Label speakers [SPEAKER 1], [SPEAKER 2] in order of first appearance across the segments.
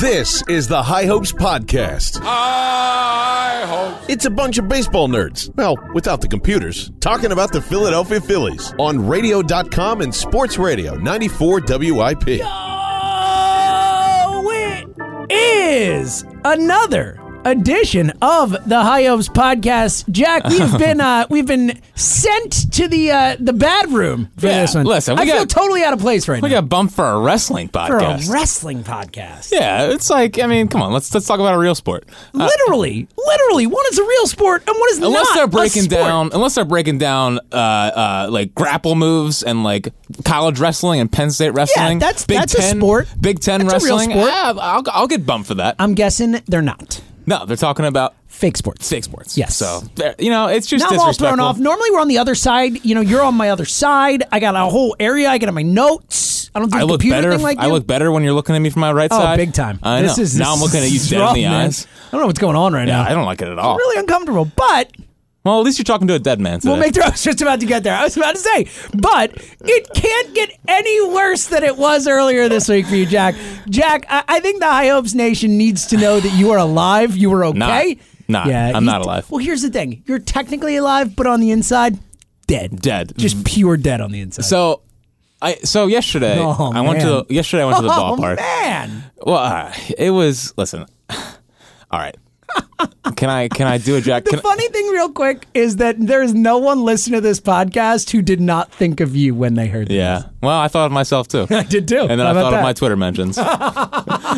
[SPEAKER 1] This is the High Hopes Podcast.
[SPEAKER 2] I hope.
[SPEAKER 1] It's a bunch of baseball nerds, well, without the computers, talking about the Philadelphia Phillies on radio.com and sports radio 94 WIP.
[SPEAKER 3] Oh, it is another edition of the High Hopes podcast. Jack, we've been uh, we've been sent to the uh, the bad room for
[SPEAKER 2] Yeah,
[SPEAKER 3] this one.
[SPEAKER 2] listen, we
[SPEAKER 3] I feel
[SPEAKER 2] got-
[SPEAKER 3] totally out of place right
[SPEAKER 2] We
[SPEAKER 3] now
[SPEAKER 2] got bumped for a wrestling
[SPEAKER 3] for a
[SPEAKER 2] podcast.
[SPEAKER 3] wrestling podcast.
[SPEAKER 2] yeah, it's like I mean, come on, let's let's talk about a real sport. Uh,
[SPEAKER 3] literally, literally, one is a real sport and one is
[SPEAKER 2] unless
[SPEAKER 3] not.
[SPEAKER 2] they're
[SPEAKER 3] a
[SPEAKER 2] breaking
[SPEAKER 3] sport.
[SPEAKER 2] down, unless they're breaking down uh, uh, like grapple moves and like college wrestling and Penn State wrestling.
[SPEAKER 3] that's-
[SPEAKER 2] Big
[SPEAKER 3] that's a
[SPEAKER 2] Ten,
[SPEAKER 3] sport.
[SPEAKER 2] Big Ten
[SPEAKER 3] That's a real
[SPEAKER 2] wrestling.
[SPEAKER 3] sport.
[SPEAKER 2] Yeah, I'll, I'll get bumped for that.
[SPEAKER 3] I'm guessing they're not
[SPEAKER 2] no, they're talking about
[SPEAKER 3] fake sports.
[SPEAKER 2] fake sports.
[SPEAKER 3] Yes.
[SPEAKER 2] so they're- you know it's just
[SPEAKER 3] Now I'm all thrown
[SPEAKER 2] disrespectful.
[SPEAKER 3] off. Normally we're on the other side. You know, you're on my other side. I got a whole area. I got my notes. I don't do
[SPEAKER 2] I
[SPEAKER 3] the
[SPEAKER 2] look
[SPEAKER 3] computer
[SPEAKER 2] better.
[SPEAKER 3] thing like
[SPEAKER 2] I
[SPEAKER 3] you.
[SPEAKER 2] look better when you're looking at me from my right
[SPEAKER 3] Oh,
[SPEAKER 2] side.
[SPEAKER 3] big time!
[SPEAKER 2] I know.
[SPEAKER 3] This is
[SPEAKER 2] now I'm looking at you
[SPEAKER 3] this is
[SPEAKER 2] dead in
[SPEAKER 3] rough,
[SPEAKER 2] the
[SPEAKER 3] man.
[SPEAKER 2] eyes.
[SPEAKER 3] I don't know what's going on right
[SPEAKER 2] Yeah,
[SPEAKER 3] now.
[SPEAKER 2] I don't like it at all.
[SPEAKER 3] really uncomfortable, but
[SPEAKER 2] Well, at least you're talking to a dead man. Today.
[SPEAKER 3] we'll make the. I was just about to get there. I was about to say, but it can't get any worse than it was earlier this week for you, Jack. Jack, I, I think the High Hopes Nation needs to know that you are alive. You were
[SPEAKER 2] Not.
[SPEAKER 3] okay.
[SPEAKER 2] Not. I'm
[SPEAKER 3] he's-
[SPEAKER 2] not alive.
[SPEAKER 3] Well, here's the thing: you're technically alive, but on the inside, dead.
[SPEAKER 2] Dead.
[SPEAKER 3] Just pure dead on the inside.
[SPEAKER 2] So, I so yesterday
[SPEAKER 3] Oh,
[SPEAKER 2] I went
[SPEAKER 3] man.
[SPEAKER 2] to the, yesterday I went to the
[SPEAKER 3] oh
[SPEAKER 2] ballpark.
[SPEAKER 3] man.
[SPEAKER 2] Well, all right. it was listen. All right, can I can I do a Jack?
[SPEAKER 3] The
[SPEAKER 2] Can,
[SPEAKER 3] funny thing, real quick, is that there is no one listening to this podcast who did not think of you when they heard
[SPEAKER 2] yeah. Well, I thought of myself too.
[SPEAKER 3] I did too.
[SPEAKER 2] And then
[SPEAKER 3] How
[SPEAKER 2] I
[SPEAKER 3] about
[SPEAKER 2] thought
[SPEAKER 3] that?
[SPEAKER 2] of my Twitter mentions.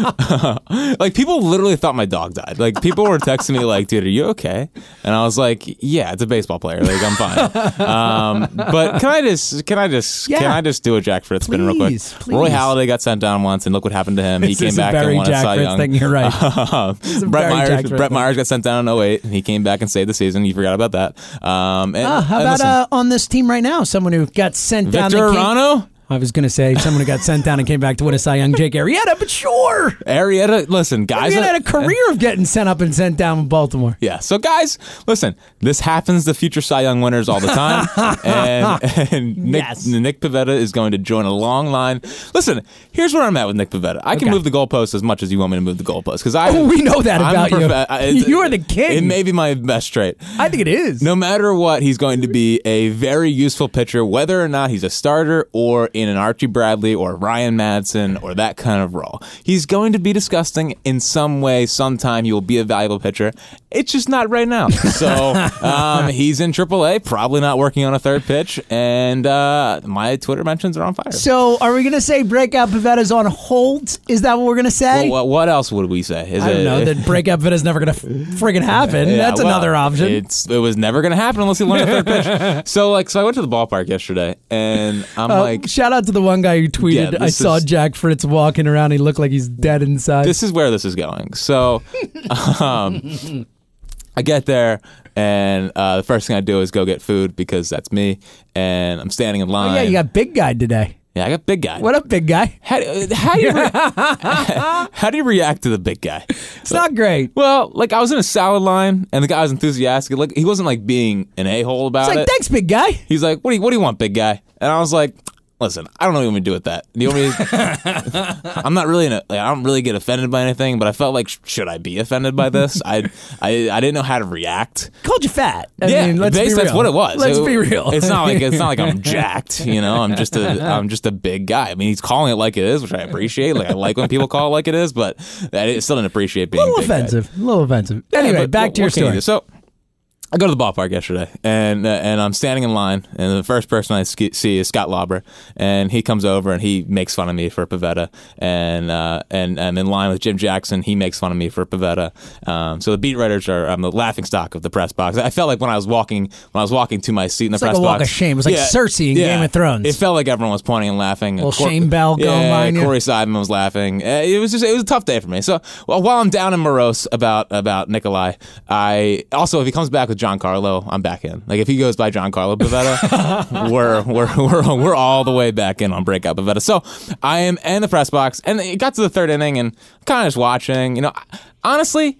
[SPEAKER 2] like people literally thought my dog died. Like people were texting me like, "Dude, are you okay?" And I was like, "Yeah, it's a baseball player. Like I'm fine." Um, but can I just can I just can
[SPEAKER 3] Yeah.
[SPEAKER 2] I just do a Jack Fritz spin real quick?
[SPEAKER 3] Please,
[SPEAKER 2] Roy
[SPEAKER 3] please.
[SPEAKER 2] Halladay got sent down once, and look what happened to him.
[SPEAKER 3] This
[SPEAKER 2] he came
[SPEAKER 3] is a
[SPEAKER 2] back
[SPEAKER 3] very
[SPEAKER 2] and won a
[SPEAKER 3] Jack
[SPEAKER 2] Cy
[SPEAKER 3] Fritz
[SPEAKER 2] Young.
[SPEAKER 3] thing, you're right. is a
[SPEAKER 2] Brett
[SPEAKER 3] very Jack
[SPEAKER 2] Myers.
[SPEAKER 3] Fritz
[SPEAKER 2] Brett
[SPEAKER 3] thing.
[SPEAKER 2] Myers got sent down in 08, and he came back and saved the season. You forgot about that. Um, and,
[SPEAKER 3] Ah, how
[SPEAKER 2] and
[SPEAKER 3] about
[SPEAKER 2] listen,
[SPEAKER 3] uh, on this team right now? Someone who got sent down.
[SPEAKER 2] Victor
[SPEAKER 3] that came-
[SPEAKER 2] Arano?
[SPEAKER 3] I was going to say someone who got sent down and came back to win a Cy Young, Jake Arrieta, but sure.
[SPEAKER 2] Arietta, listen, guys. uh,
[SPEAKER 3] He had a career of getting sent up and sent down in Baltimore.
[SPEAKER 2] Yeah. So, guys, listen, this happens to future Cy Young winners all the time. and and Nick,
[SPEAKER 3] Yes.
[SPEAKER 2] Nick Pavetta is going to join a long line. Listen, here's where I'm at with Nick Pavetta. I can
[SPEAKER 3] Okay.
[SPEAKER 2] move the goalpost as much as you want me to move the goalpost because I.
[SPEAKER 3] Oh, we know that
[SPEAKER 2] I'm
[SPEAKER 3] about you.
[SPEAKER 2] profe- I- it's-
[SPEAKER 3] You are the king.
[SPEAKER 2] It may be my best trait.
[SPEAKER 3] I think it is.
[SPEAKER 2] No matter what, he's going to be a very useful pitcher, whether or not he's a starter or in an Archie Bradley or Ryan Madsen or that kind of role. He's going to be disgusting in some way. Sometime he will be a valuable pitcher. It's just not right now. So um, he's in AAA, probably not working on a third pitch, and uh, my Twitter mentions are on fire.
[SPEAKER 3] So are we going to say breakout Pavetta's on hold? Is that what we're going to say?
[SPEAKER 2] Well, what, what else would we say? Is
[SPEAKER 3] I don't
[SPEAKER 2] it-
[SPEAKER 3] know that breakup Pavetta's never going to friggin' happen.
[SPEAKER 2] Yeah,
[SPEAKER 3] That's
[SPEAKER 2] well,
[SPEAKER 3] another option.
[SPEAKER 2] It's it was never gonna happen unless he learned a third pitch. So like so I went to the ballpark yesterday and I'm
[SPEAKER 3] Uh,
[SPEAKER 2] like
[SPEAKER 3] shout out to the one guy who tweeted,
[SPEAKER 2] Yeah,
[SPEAKER 3] I
[SPEAKER 2] this
[SPEAKER 3] saw
[SPEAKER 2] is-
[SPEAKER 3] Jack Fritz walking around. He looked like he's dead inside.
[SPEAKER 2] this is where this is going. So um, I get there and uh, the first thing I do is go get food because that's me and I'm standing in line.
[SPEAKER 3] Oh, yeah, you got big guy today.
[SPEAKER 2] Yeah, I got big guy.
[SPEAKER 3] What up, big guy?
[SPEAKER 2] How, do- how do you re- how do you react to the big guy?
[SPEAKER 3] It's not great.
[SPEAKER 2] Well, like I was in a salad line and the guy was enthusiastic. Like he wasn't like being an a hole about
[SPEAKER 3] It's
[SPEAKER 2] it.
[SPEAKER 3] like, thanks, big guy.
[SPEAKER 2] He's like, "What do you What do you want, big guy?" And I was like, "Listen, I don't know what you want me to do with that. Do you want me? To, I'm not really. In a, like, I don't really get offended by anything, but I felt like, sh- should I be offended by this? I, I, I didn't know how to react.
[SPEAKER 3] Called you fat. I
[SPEAKER 2] yeah,
[SPEAKER 3] mean, let's
[SPEAKER 2] basi-
[SPEAKER 3] be real.
[SPEAKER 2] that's what it was.
[SPEAKER 3] Let's
[SPEAKER 2] It-
[SPEAKER 3] be real.
[SPEAKER 2] It's not like it's not like I'm jacked. You know, I'm just a I'm just a big guy. I mean, he's calling it like it is, which I appreciate. Like I like when people call it like it is, but I still didn't appreciate being
[SPEAKER 3] a little
[SPEAKER 2] big guy.
[SPEAKER 3] offensive. A little offensive.
[SPEAKER 2] Yeah,
[SPEAKER 3] Anyway,
[SPEAKER 2] but
[SPEAKER 3] back
[SPEAKER 2] what-
[SPEAKER 3] to your
[SPEAKER 2] what can you
[SPEAKER 3] story.
[SPEAKER 2] do? So I go to the ballpark yesterday, and uh, and I'm standing in line, and the first person I sk- see is Scott Lauber, and he comes over and he makes fun of me for Pavetta, and uh, and I'm in line with Jim Jackson, he makes fun of me for Pavetta. Um, so the beat writers are um, the laughing stock of the press box. I felt like when I was walking when I was walking to my seat in the
[SPEAKER 3] It's like
[SPEAKER 2] press
[SPEAKER 3] a walk
[SPEAKER 2] box,
[SPEAKER 3] of shame. It was like Cersei in Game of Thrones.
[SPEAKER 2] It felt like everyone was pointing and laughing.
[SPEAKER 3] Little shame bell
[SPEAKER 2] yeah,
[SPEAKER 3] going by you.
[SPEAKER 2] Corey Corey Seidman was laughing. Uh, It was just it was a tough day for me. So well, while I'm down and morose about about Nikolai, I also if he comes back with John Carlo, I'm back in. Like if he goes by John Carlo Bavetta, we're, we're we're we're all the way back in on breakout Bavetta. So I am in the press box, and it got to the third inning, and kind of just watching. You know, honestly.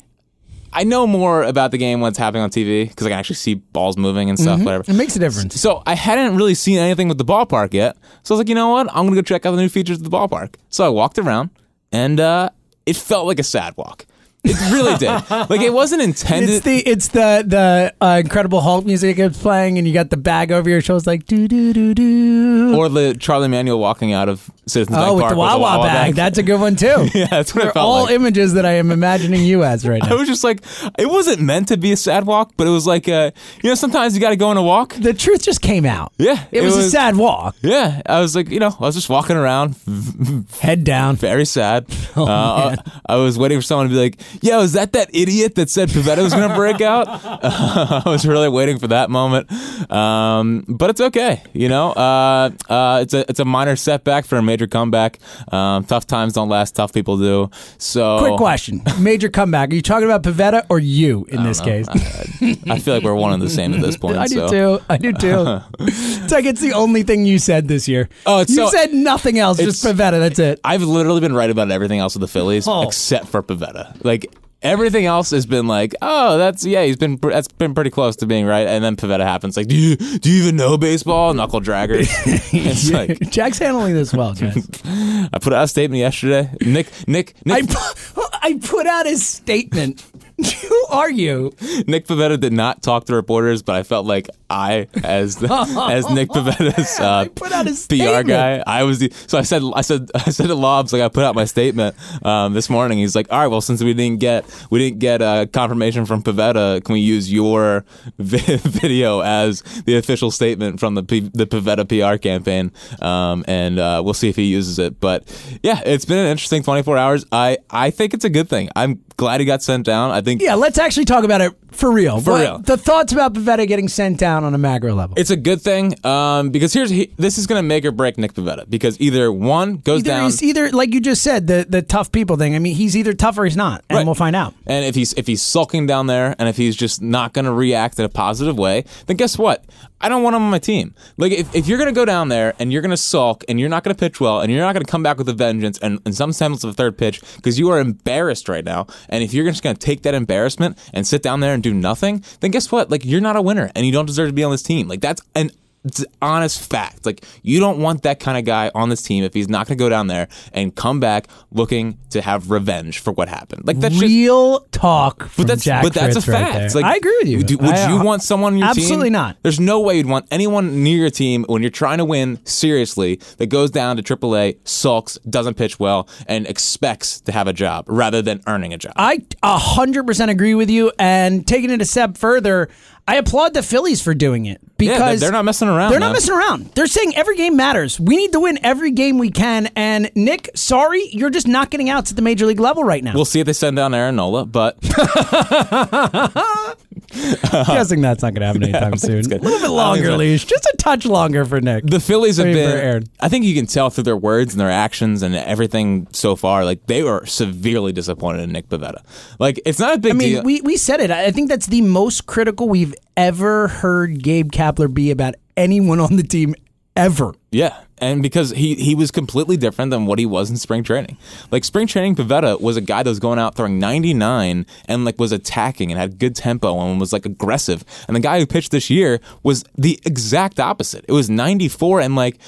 [SPEAKER 2] I know more about the game when it's happening on TV because I can actually see balls moving and stuff. Whatever.
[SPEAKER 3] It makes a difference.
[SPEAKER 2] So I hadn't really seen anything with the ballpark yet. So I was like, you know what? I'm gonna go check out the new features of the ballpark. So I walked around, and uh, it felt like a sad walk. It really did. Like it wasn't intended.
[SPEAKER 3] It's the it's the the uh, Incredible Hulk music is playing, and you got the bag over your shoulders, like do do do do.
[SPEAKER 2] or the Charlie Manuel walking out of Citizens Bank
[SPEAKER 3] oh, with
[SPEAKER 2] Park
[SPEAKER 3] the Wawa, bag. That's a good one too.
[SPEAKER 2] yeah, that's what it
[SPEAKER 3] They're
[SPEAKER 2] felt
[SPEAKER 3] all
[SPEAKER 2] like.
[SPEAKER 3] images that I am imagining you as right
[SPEAKER 2] I
[SPEAKER 3] now.
[SPEAKER 2] was just like, it wasn't meant to be a sad walk, but it was like, uh, you know, sometimes you got to go on a walk.
[SPEAKER 3] The truth just came out.
[SPEAKER 2] Yeah,
[SPEAKER 3] it,
[SPEAKER 2] it
[SPEAKER 3] was, a
[SPEAKER 2] was-
[SPEAKER 3] sad walk.
[SPEAKER 2] Yeah, I was like, you know, I was just walking around,
[SPEAKER 3] Head down.
[SPEAKER 2] very sad.
[SPEAKER 3] Oh,
[SPEAKER 2] uh, I was waiting for someone to be like, "Yo, is that that idiot that said Pavetta was going to break out?" I was really waiting for that moment, um, but it's okay. You know, uh, uh, it's a it's a minor setback for a major comeback. Um, tough times don't last; tough people do. So,
[SPEAKER 3] Quick question. Major comeback. Are you talking about Pavetta or you in this case?
[SPEAKER 2] I feel like we're one and the same at this point.
[SPEAKER 3] I do
[SPEAKER 2] so.
[SPEAKER 3] too. I do too. it's like it's the only thing you said this year.
[SPEAKER 2] Oh, it's
[SPEAKER 3] you
[SPEAKER 2] so-
[SPEAKER 3] said nothing else. Just
[SPEAKER 2] it's-
[SPEAKER 3] Pavetta. That's it.
[SPEAKER 2] I've literally been right about everything else with the Phillies
[SPEAKER 3] Oh.
[SPEAKER 2] except for Pavetta. Like everything else has been like, oh, that's yeah, he's been pr- that's been pretty close to being right. And then Pavetta happens. Like, do you do you even know baseball? Knuckle dragger. it's like
[SPEAKER 3] Jack's handling this well, guys.
[SPEAKER 2] I put out a statement yesterday. Nick Nick
[SPEAKER 3] I
[SPEAKER 2] Nick
[SPEAKER 3] put, I put out his statement. Who are you?
[SPEAKER 2] Nick Pavetta did not talk to reporters, but I felt like I as as Nick Pavetta's
[SPEAKER 3] man,
[SPEAKER 2] uh,
[SPEAKER 3] I put out his
[SPEAKER 2] PR
[SPEAKER 3] statement.
[SPEAKER 2] guy, I was the, so I said I said I said to Lobs like I put out my statement um, this morning. He's like, all right, well since we didn't get we didn't get uh, confirmation from Pavetta, can we use your vi- video as the official statement from the P- the Pavetta PR campaign? Um, and uh, we'll see if he uses it. But yeah, it's been an interesting 24 hours. I I think it's a good thing. I'm glad he got sent down. I think
[SPEAKER 3] Yeah, let's actually talk about it for real. For
[SPEAKER 2] real.
[SPEAKER 3] The thoughts about Pavetta getting sent down on a macro level.
[SPEAKER 2] It's a good thing um, because here's he, this is going to make or break Nick Pavetta because either one goes
[SPEAKER 3] either
[SPEAKER 2] down,
[SPEAKER 3] he's either like you just said the the tough people thing. I mean, he's either tough or he's not, and
[SPEAKER 2] Right.
[SPEAKER 3] we'll find out.
[SPEAKER 2] and if he's if he's sulking down there, and if he's just not going to react in a positive way, then guess what? I don't want him on my team. Like if, if you're going to go down there and you're going to sulk and you're not going to pitch well and you're not going to come back with a vengeance and, and some semblance of a third pitch because you are embarrassed right now, and if you're just going to take that embarrassment and sit down there and do nothing, then guess what? Like you're not a winner and you don't deserve to be on this team. Like that's an it's an honest fact. Like you don't want that kind of guy on this team if he's not going to go down there and come back looking to have revenge for what happened. Like that's just
[SPEAKER 3] Real talk, from
[SPEAKER 2] but that's
[SPEAKER 3] Jack
[SPEAKER 2] but that's
[SPEAKER 3] Fritz
[SPEAKER 2] a
[SPEAKER 3] right
[SPEAKER 2] fact.
[SPEAKER 3] there.
[SPEAKER 2] Like,
[SPEAKER 3] I agree with you.
[SPEAKER 2] do- would
[SPEAKER 3] I- uh,
[SPEAKER 2] you want someone on your team?
[SPEAKER 3] Absolutely not.
[SPEAKER 2] There's no way you'd want anyone near your team when you're trying to win seriously that goes down to AAA, sulks, doesn't pitch well, and expects to have a job rather than earning a job.
[SPEAKER 3] I 100% agree with you. And taking it a step further, I applaud the Phillies for doing it because
[SPEAKER 2] they're not messing around,
[SPEAKER 3] They're not
[SPEAKER 2] man.
[SPEAKER 3] messing around. They're saying every game matters. We need to win every game we can. And Nick, sorry, you're just not getting outs at the major league level right now.
[SPEAKER 2] We'll see if they send down Aaron Nola, but
[SPEAKER 3] I'm guessing that's not going to happen anytime soon. A little bit longer leash, just a touch longer for Nick.
[SPEAKER 2] the Phillies have
[SPEAKER 3] Wait for
[SPEAKER 2] been.
[SPEAKER 3] Aaron.
[SPEAKER 2] I think you can tell through their words and their actions and everything so far. Like they were severely disappointed in Nick Pavetta. Like it's not a big
[SPEAKER 3] I mean,
[SPEAKER 2] deal.
[SPEAKER 3] we, we said it. I I think that's the most critical we've ever heard Gabe Kapler be about anyone on the team ever.
[SPEAKER 2] Yeah, and because he he was completely different than what he was in spring training. Like spring training, Pavetta was a guy that was going out throwing 99 and like was attacking and had good tempo and was like aggressive. And the guy who pitched this year was the exact opposite. It was 94 and like,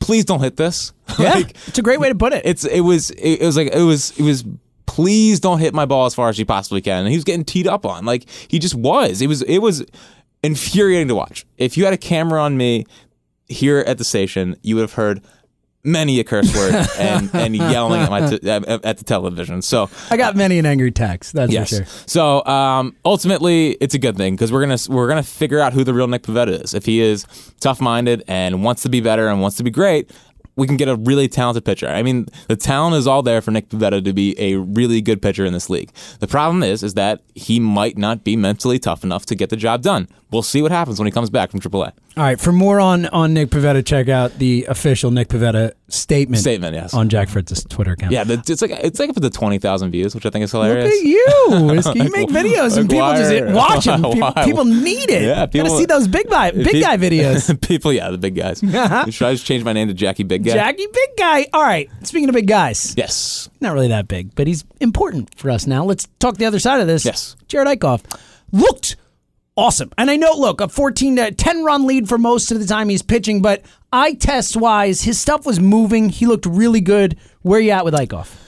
[SPEAKER 2] please don't hit this.
[SPEAKER 3] Yeah,
[SPEAKER 2] like,
[SPEAKER 3] it's a great way to put it.
[SPEAKER 2] it's it was it, it was like it was it was please don't hit my ball as far as you possibly can. And he was getting teed up on. Like he just was. It was it was infuriating to watch. If you had a camera on me here at the station, you would have heard many a curse word and, and yelling at my t- at at the television. So
[SPEAKER 3] I got many an angry text. That's for sure.
[SPEAKER 2] so um, ultimately, it's a good thing because we're gonna we're gonna figure out who the real Nick Pavetta is. If he is tough minded and wants to be better and wants to be great, we can get a really talented pitcher. I mean, the talent is all there for Nick Pavetta to be a really good pitcher in this league. The problem is, is that he might not be mentally tough enough to get the job done. We'll see what happens when he comes back from AAA.
[SPEAKER 3] All right. For more on on Nick Pavetta, check out the official Nick Pavetta statement.
[SPEAKER 2] Statement, yes.
[SPEAKER 3] On Jack Fritz's Twitter account.
[SPEAKER 2] Yeah, the, it's like it's like up to the twenty thousand views, which I think is hilarious.
[SPEAKER 3] Look at you! It's- You make videos and people just
[SPEAKER 2] Wire.
[SPEAKER 3] watch them. People,
[SPEAKER 2] Wire.
[SPEAKER 3] people need it.
[SPEAKER 2] Yeah,
[SPEAKER 3] Gotta
[SPEAKER 2] people-
[SPEAKER 3] see those big guy, big guy videos.
[SPEAKER 2] People, yeah, the big guys. Should I just change my name to Jackie Big Guy?
[SPEAKER 3] Jackie, big guy. All right. Speaking of big guys,
[SPEAKER 2] Yes.
[SPEAKER 3] not really that big, but he's important for us now. Let's talk the other side of this.
[SPEAKER 2] Yes.
[SPEAKER 3] Jared Eichhoff looked awesome. And I know, look, a 14 to 10 run lead for most of the time he's pitching, but eye test wise, his stuff was moving. He looked really good. Where you at with Eichhoff?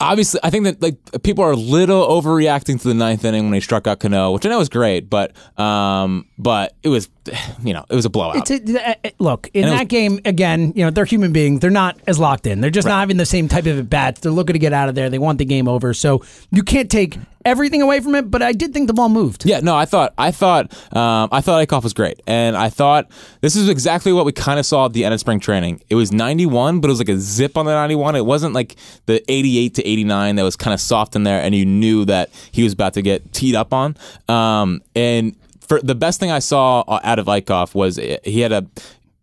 [SPEAKER 2] obviously, I think that like people are a little overreacting to the ninth inning when he struck out Cano, which I know was great, but um, but it was, you know, it was a blowout.
[SPEAKER 3] It's a, uh, uh, look in
[SPEAKER 2] it was-
[SPEAKER 3] that game again. You know they're human beings. They're not as locked in. They're just not having the same type of at bats. They're looking to get out of there. They want the game over. So you can't take everything away from it. But I did think the ball moved.
[SPEAKER 2] Yeah, no, I thought I thought um, I thought Eichhoff was great, and I thought this is exactly what we kind of saw at the end of spring training. It was 91, but it was like a zip on the 91. It wasn't like the 88 to 89 that was kind of soft in there, and you knew that he was about to get teed up on. Um, and for the best thing I saw uh, out of Eichhoff was uh, he had a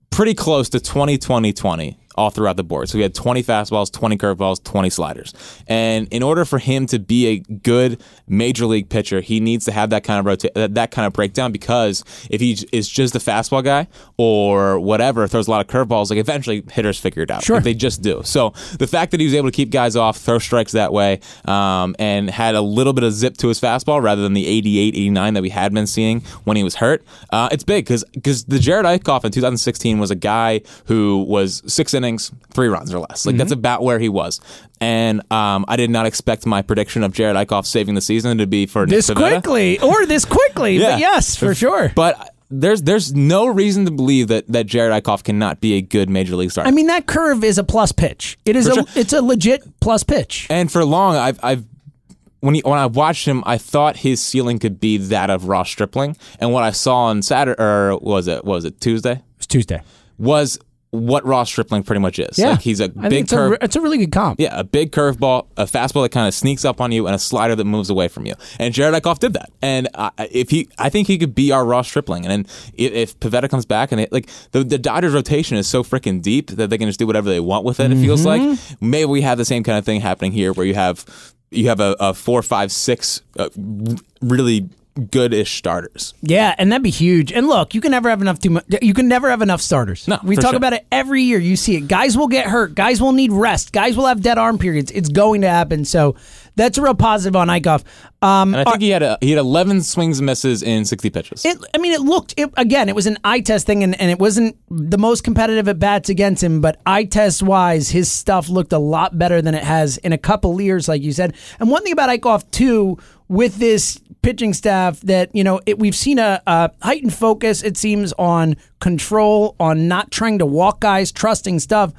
[SPEAKER 2] pretty close to 20 20 20 all throughout the board. So he had 20 fastballs, 20 curveballs, 20 sliders. And in order for him to be a good major league pitcher, he needs to have that kind of rota- that, that kind of breakdown because if he j- is just a fastball guy or whatever, throws a lot of curveballs, like eventually hitters figure it out. Sure. they just do. So the fact that he was able to keep guys off, throw strikes that way, um, and had a little bit of zip to his fastball rather than the 88, 89 that we had been seeing when he was hurt, uh, it's big because the Jared Eichhoff in 2016 was a guy who was six innings, three runs or less. Like that's
[SPEAKER 3] Mm-hmm.
[SPEAKER 2] about where he was. And um, I did not expect my prediction of Jared Eichhoff saving the season to be for Nick
[SPEAKER 3] This
[SPEAKER 2] Pivetta.
[SPEAKER 3] quickly or this quickly.
[SPEAKER 2] Yeah.
[SPEAKER 3] But yes, for sure.
[SPEAKER 2] But there's there's no reason to believe that, that Jared Eichhoff cannot be a good major league starter.
[SPEAKER 3] I mean that curve is a plus pitch. It is a it's a legit plus pitch.
[SPEAKER 2] And for long, I've I've when he, when I watched him, I thought his ceiling could be that of Ross Stripling. And what I saw on Saturday, or what was it what was it Tuesday,
[SPEAKER 3] It's Tuesday.
[SPEAKER 2] was what Ross Stripling pretty much is.
[SPEAKER 3] Yeah,
[SPEAKER 2] like he's a
[SPEAKER 3] I think
[SPEAKER 2] big
[SPEAKER 3] it's a
[SPEAKER 2] curve.
[SPEAKER 3] re- it's a really good comp.
[SPEAKER 2] Yeah, a big curveball, a fastball that kind of sneaks up on you, and a slider that moves away from you. And Jared Eichhoff did that. And uh, if he, I think he could be our Ross Stripling. And then if, if Pavetta comes back, and it, like the, the Dodgers rotation is so freaking deep that they can just do whatever they want with it. It feels like maybe we have the same kind of thing happening here, where you have you have a, a four, five, six uh, r- really good-ish starters.
[SPEAKER 3] Yeah, and that'd be huge. And look, you can never have enough too much. You can never have enough starters.
[SPEAKER 2] No,
[SPEAKER 3] we
[SPEAKER 2] for
[SPEAKER 3] talk
[SPEAKER 2] sure.
[SPEAKER 3] about it every year. You see it. Guys will get hurt. Guys will need rest. Guys will have dead arm periods. It's going to happen. So that's a real positive on Eichhoff. Um,
[SPEAKER 2] And I think he had a, he had 11 swings and misses in 60 pitches.
[SPEAKER 3] it, I mean, it looked it, again. It was an eye test thing, and, and it wasn't the most competitive at bats against him. But eye test wise, his stuff looked a lot better than it has in a couple years, like you said. And one thing about Eichhoff too, with this pitching staff, that you know, it, we've seen a, a heightened focus. It seems on control, on not trying to walk guys, trusting stuff.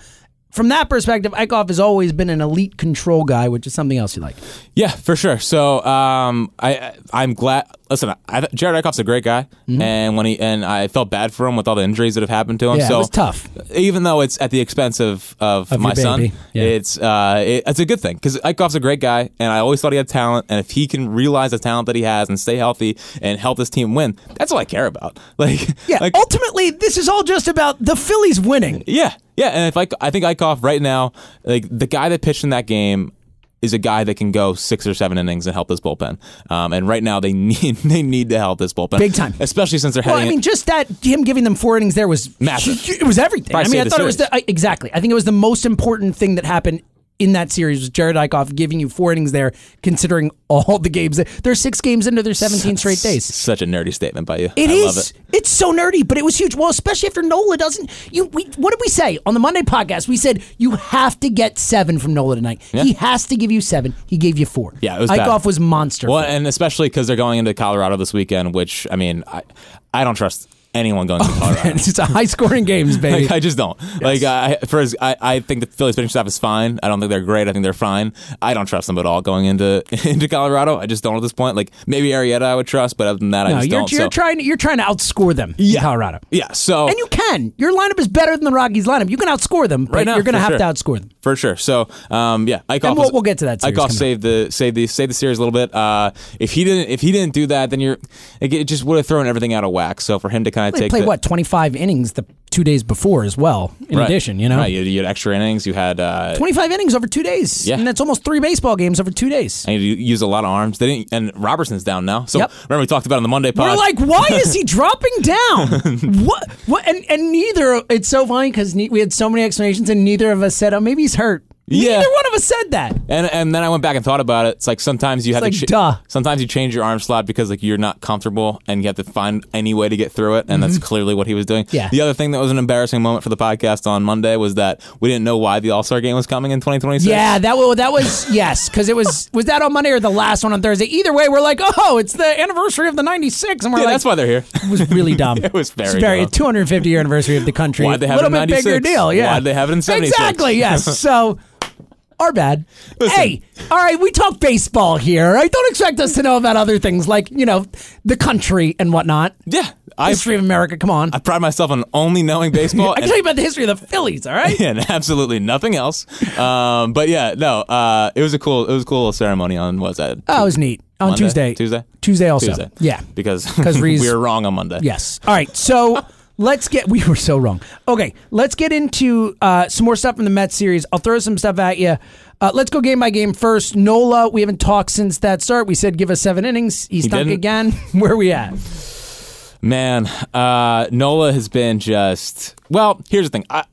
[SPEAKER 3] From that perspective, Eichhoff has always been an elite control guy, which is something else you like.
[SPEAKER 2] Yeah, for sure. So um, I I- I'm glad. Listen, I, Jared Eichhoff's a great guy,
[SPEAKER 3] Mm-hmm.
[SPEAKER 2] and when he and I felt bad for him with all the injuries that have happened to him.
[SPEAKER 3] Yeah, it
[SPEAKER 2] so
[SPEAKER 3] was tough.
[SPEAKER 2] Even though it's at the expense of of, my son,
[SPEAKER 3] baby. Yeah.
[SPEAKER 2] it's uh it, it's a good thing because Eichhoff's a great guy, and I always thought he had talent. And if he can realize the talent that he has and stay healthy and help this team win, that's all I care about. Like
[SPEAKER 3] Yeah.
[SPEAKER 2] like,
[SPEAKER 3] ultimately, this is all just about the Phillies winning.
[SPEAKER 2] yeah, yeah, and if I, I think Eichhoff right now, like the guy that pitched in that game is a guy that can go six or seven innings and help this bullpen. Um, and right now they need they need to help this bullpen
[SPEAKER 3] Big time.
[SPEAKER 2] especially since they're
[SPEAKER 3] Well,
[SPEAKER 2] heading.
[SPEAKER 3] I mean, just that him giving them four innings there was
[SPEAKER 2] Massive.
[SPEAKER 3] It was everything.
[SPEAKER 2] Probably
[SPEAKER 3] I mean, I
[SPEAKER 2] saved the
[SPEAKER 3] thought it was
[SPEAKER 2] series.
[SPEAKER 3] the, I, exactly. I think it was the most important thing that happened in that series was Jared Eichhoff giving you four innings there, considering all the games. They're six games into their 17 straight
[SPEAKER 2] S-
[SPEAKER 3] days.
[SPEAKER 2] such a nerdy statement by you.
[SPEAKER 3] It
[SPEAKER 2] I Love
[SPEAKER 3] is.
[SPEAKER 2] it.
[SPEAKER 3] It's so nerdy, but it was huge. Well, especially after Nola doesn't. You, we, what did we say on the Monday podcast? We said you have to get seven from Nola tonight. He has to give you seven. He gave you four.
[SPEAKER 2] Yeah, it was bad.
[SPEAKER 3] Eichhoff was monster.
[SPEAKER 2] Well, and especially because they're going into Colorado this weekend, which I mean, I I don't trust anyone going to Colorado.
[SPEAKER 3] it's a high scoring games, baby.
[SPEAKER 2] Like, I just don't. Like I for as I, I think the Phillies pitching staff is fine. I don't think they're great. I think they're fine. I don't trust them at all going into into Colorado. I just don't at this point. Like maybe Arietta I would trust, but other than that, I
[SPEAKER 3] No,
[SPEAKER 2] just
[SPEAKER 3] you're,
[SPEAKER 2] don't.
[SPEAKER 3] you're
[SPEAKER 2] so,
[SPEAKER 3] trying you're trying to outscore them in Colorado.
[SPEAKER 2] yeah, so
[SPEAKER 3] And you can. Your lineup is better than the Rockies lineup. You can outscore them, but
[SPEAKER 2] Right now,
[SPEAKER 3] you're going to
[SPEAKER 2] for
[SPEAKER 3] have to
[SPEAKER 2] sure.
[SPEAKER 3] outscore them.
[SPEAKER 2] for sure. So um, yeah, Eichhoff.
[SPEAKER 3] And we'll-
[SPEAKER 2] was-
[SPEAKER 3] we'll get to that series
[SPEAKER 2] Eichhoff
[SPEAKER 3] coming up.
[SPEAKER 2] saved the saved the saved the series a little bit. Uh, if he didn't if he didn't do that, then you're it, it just would have thrown everything out of whack. So for him to kind of
[SPEAKER 3] They
[SPEAKER 2] take
[SPEAKER 3] played
[SPEAKER 2] the,
[SPEAKER 3] what 25 innings the two days before as well. In
[SPEAKER 2] Right.
[SPEAKER 3] addition, you know,
[SPEAKER 2] right, you, you had extra innings. You had uh,
[SPEAKER 3] 25 innings over two days,
[SPEAKER 2] Yeah.
[SPEAKER 3] and that's almost three baseball games over two days.
[SPEAKER 2] and you used a lot of arms. They didn't, and Robertson's down now. So
[SPEAKER 3] Yep.
[SPEAKER 2] remember we talked about it on the Monday pod.
[SPEAKER 3] We're like, why is he dropping down? what? What? And and neither. It's so funny because ne- we had so many explanations, and neither of us said, "Oh, maybe he's hurt."
[SPEAKER 2] Yeah.
[SPEAKER 3] Neither one of us said that.
[SPEAKER 2] And and then I went back and thought about it. It's like sometimes you have
[SPEAKER 3] like,
[SPEAKER 2] to
[SPEAKER 3] duh.
[SPEAKER 2] sometimes you change your arm slot because like you're not comfortable and you have to find any way to get through it. And that's clearly what he was doing.
[SPEAKER 3] Mm-hmm. Yeah.
[SPEAKER 2] The other thing that was an embarrassing moment for the podcast on Monday was that we didn't know why the All Star game was coming in 2026.
[SPEAKER 3] Yeah, that was that was yes, because it was was that on Monday or the last one on Thursday. Either way, we're like, oh, it's the anniversary of the '96, and we're
[SPEAKER 2] Yeah,
[SPEAKER 3] like,
[SPEAKER 2] that's why they're here.
[SPEAKER 3] it was really dumb.
[SPEAKER 2] It was very dumb.
[SPEAKER 3] 250 year anniversary of the country.
[SPEAKER 2] Why'd they have
[SPEAKER 3] a
[SPEAKER 2] it
[SPEAKER 3] little
[SPEAKER 2] in
[SPEAKER 3] bit bigger
[SPEAKER 2] 96?
[SPEAKER 3] deal? Yeah,
[SPEAKER 2] Why'd they have it in 76?
[SPEAKER 3] Exactly. Yes. so. Our bad.
[SPEAKER 2] Listen.
[SPEAKER 3] Hey, all right, we talk baseball here. all right? Don't expect us to know about other things like, you know, the country and whatnot.
[SPEAKER 2] Yeah. I
[SPEAKER 3] History of America, come on.
[SPEAKER 2] I pride myself on only knowing baseball.
[SPEAKER 3] I can
[SPEAKER 2] and
[SPEAKER 3] tell you about the history of the Phillies, all right?
[SPEAKER 2] and absolutely nothing else. Um, but yeah, no, uh, it was a cool, it was a cool little ceremony on what was that?
[SPEAKER 3] Oh, it was neat. On
[SPEAKER 2] Monday?
[SPEAKER 3] Tuesday.
[SPEAKER 2] Tuesday?
[SPEAKER 3] Tuesday also.
[SPEAKER 2] Tuesday.
[SPEAKER 3] Yeah.
[SPEAKER 2] because
[SPEAKER 3] 'Cause Reese-
[SPEAKER 2] we were wrong on Monday.
[SPEAKER 3] Yes. All right. So let's get. We were so wrong. Okay. Let's get into uh, some more stuff from the Mets series. I'll throw some stuff at you. Uh, let's go game by game first. Nola, we haven't talked since that start. We said give us seven innings. He stunk
[SPEAKER 2] didn't.
[SPEAKER 3] again. Where we at?
[SPEAKER 2] Man, uh, Nola has been just. Well, here's the thing. I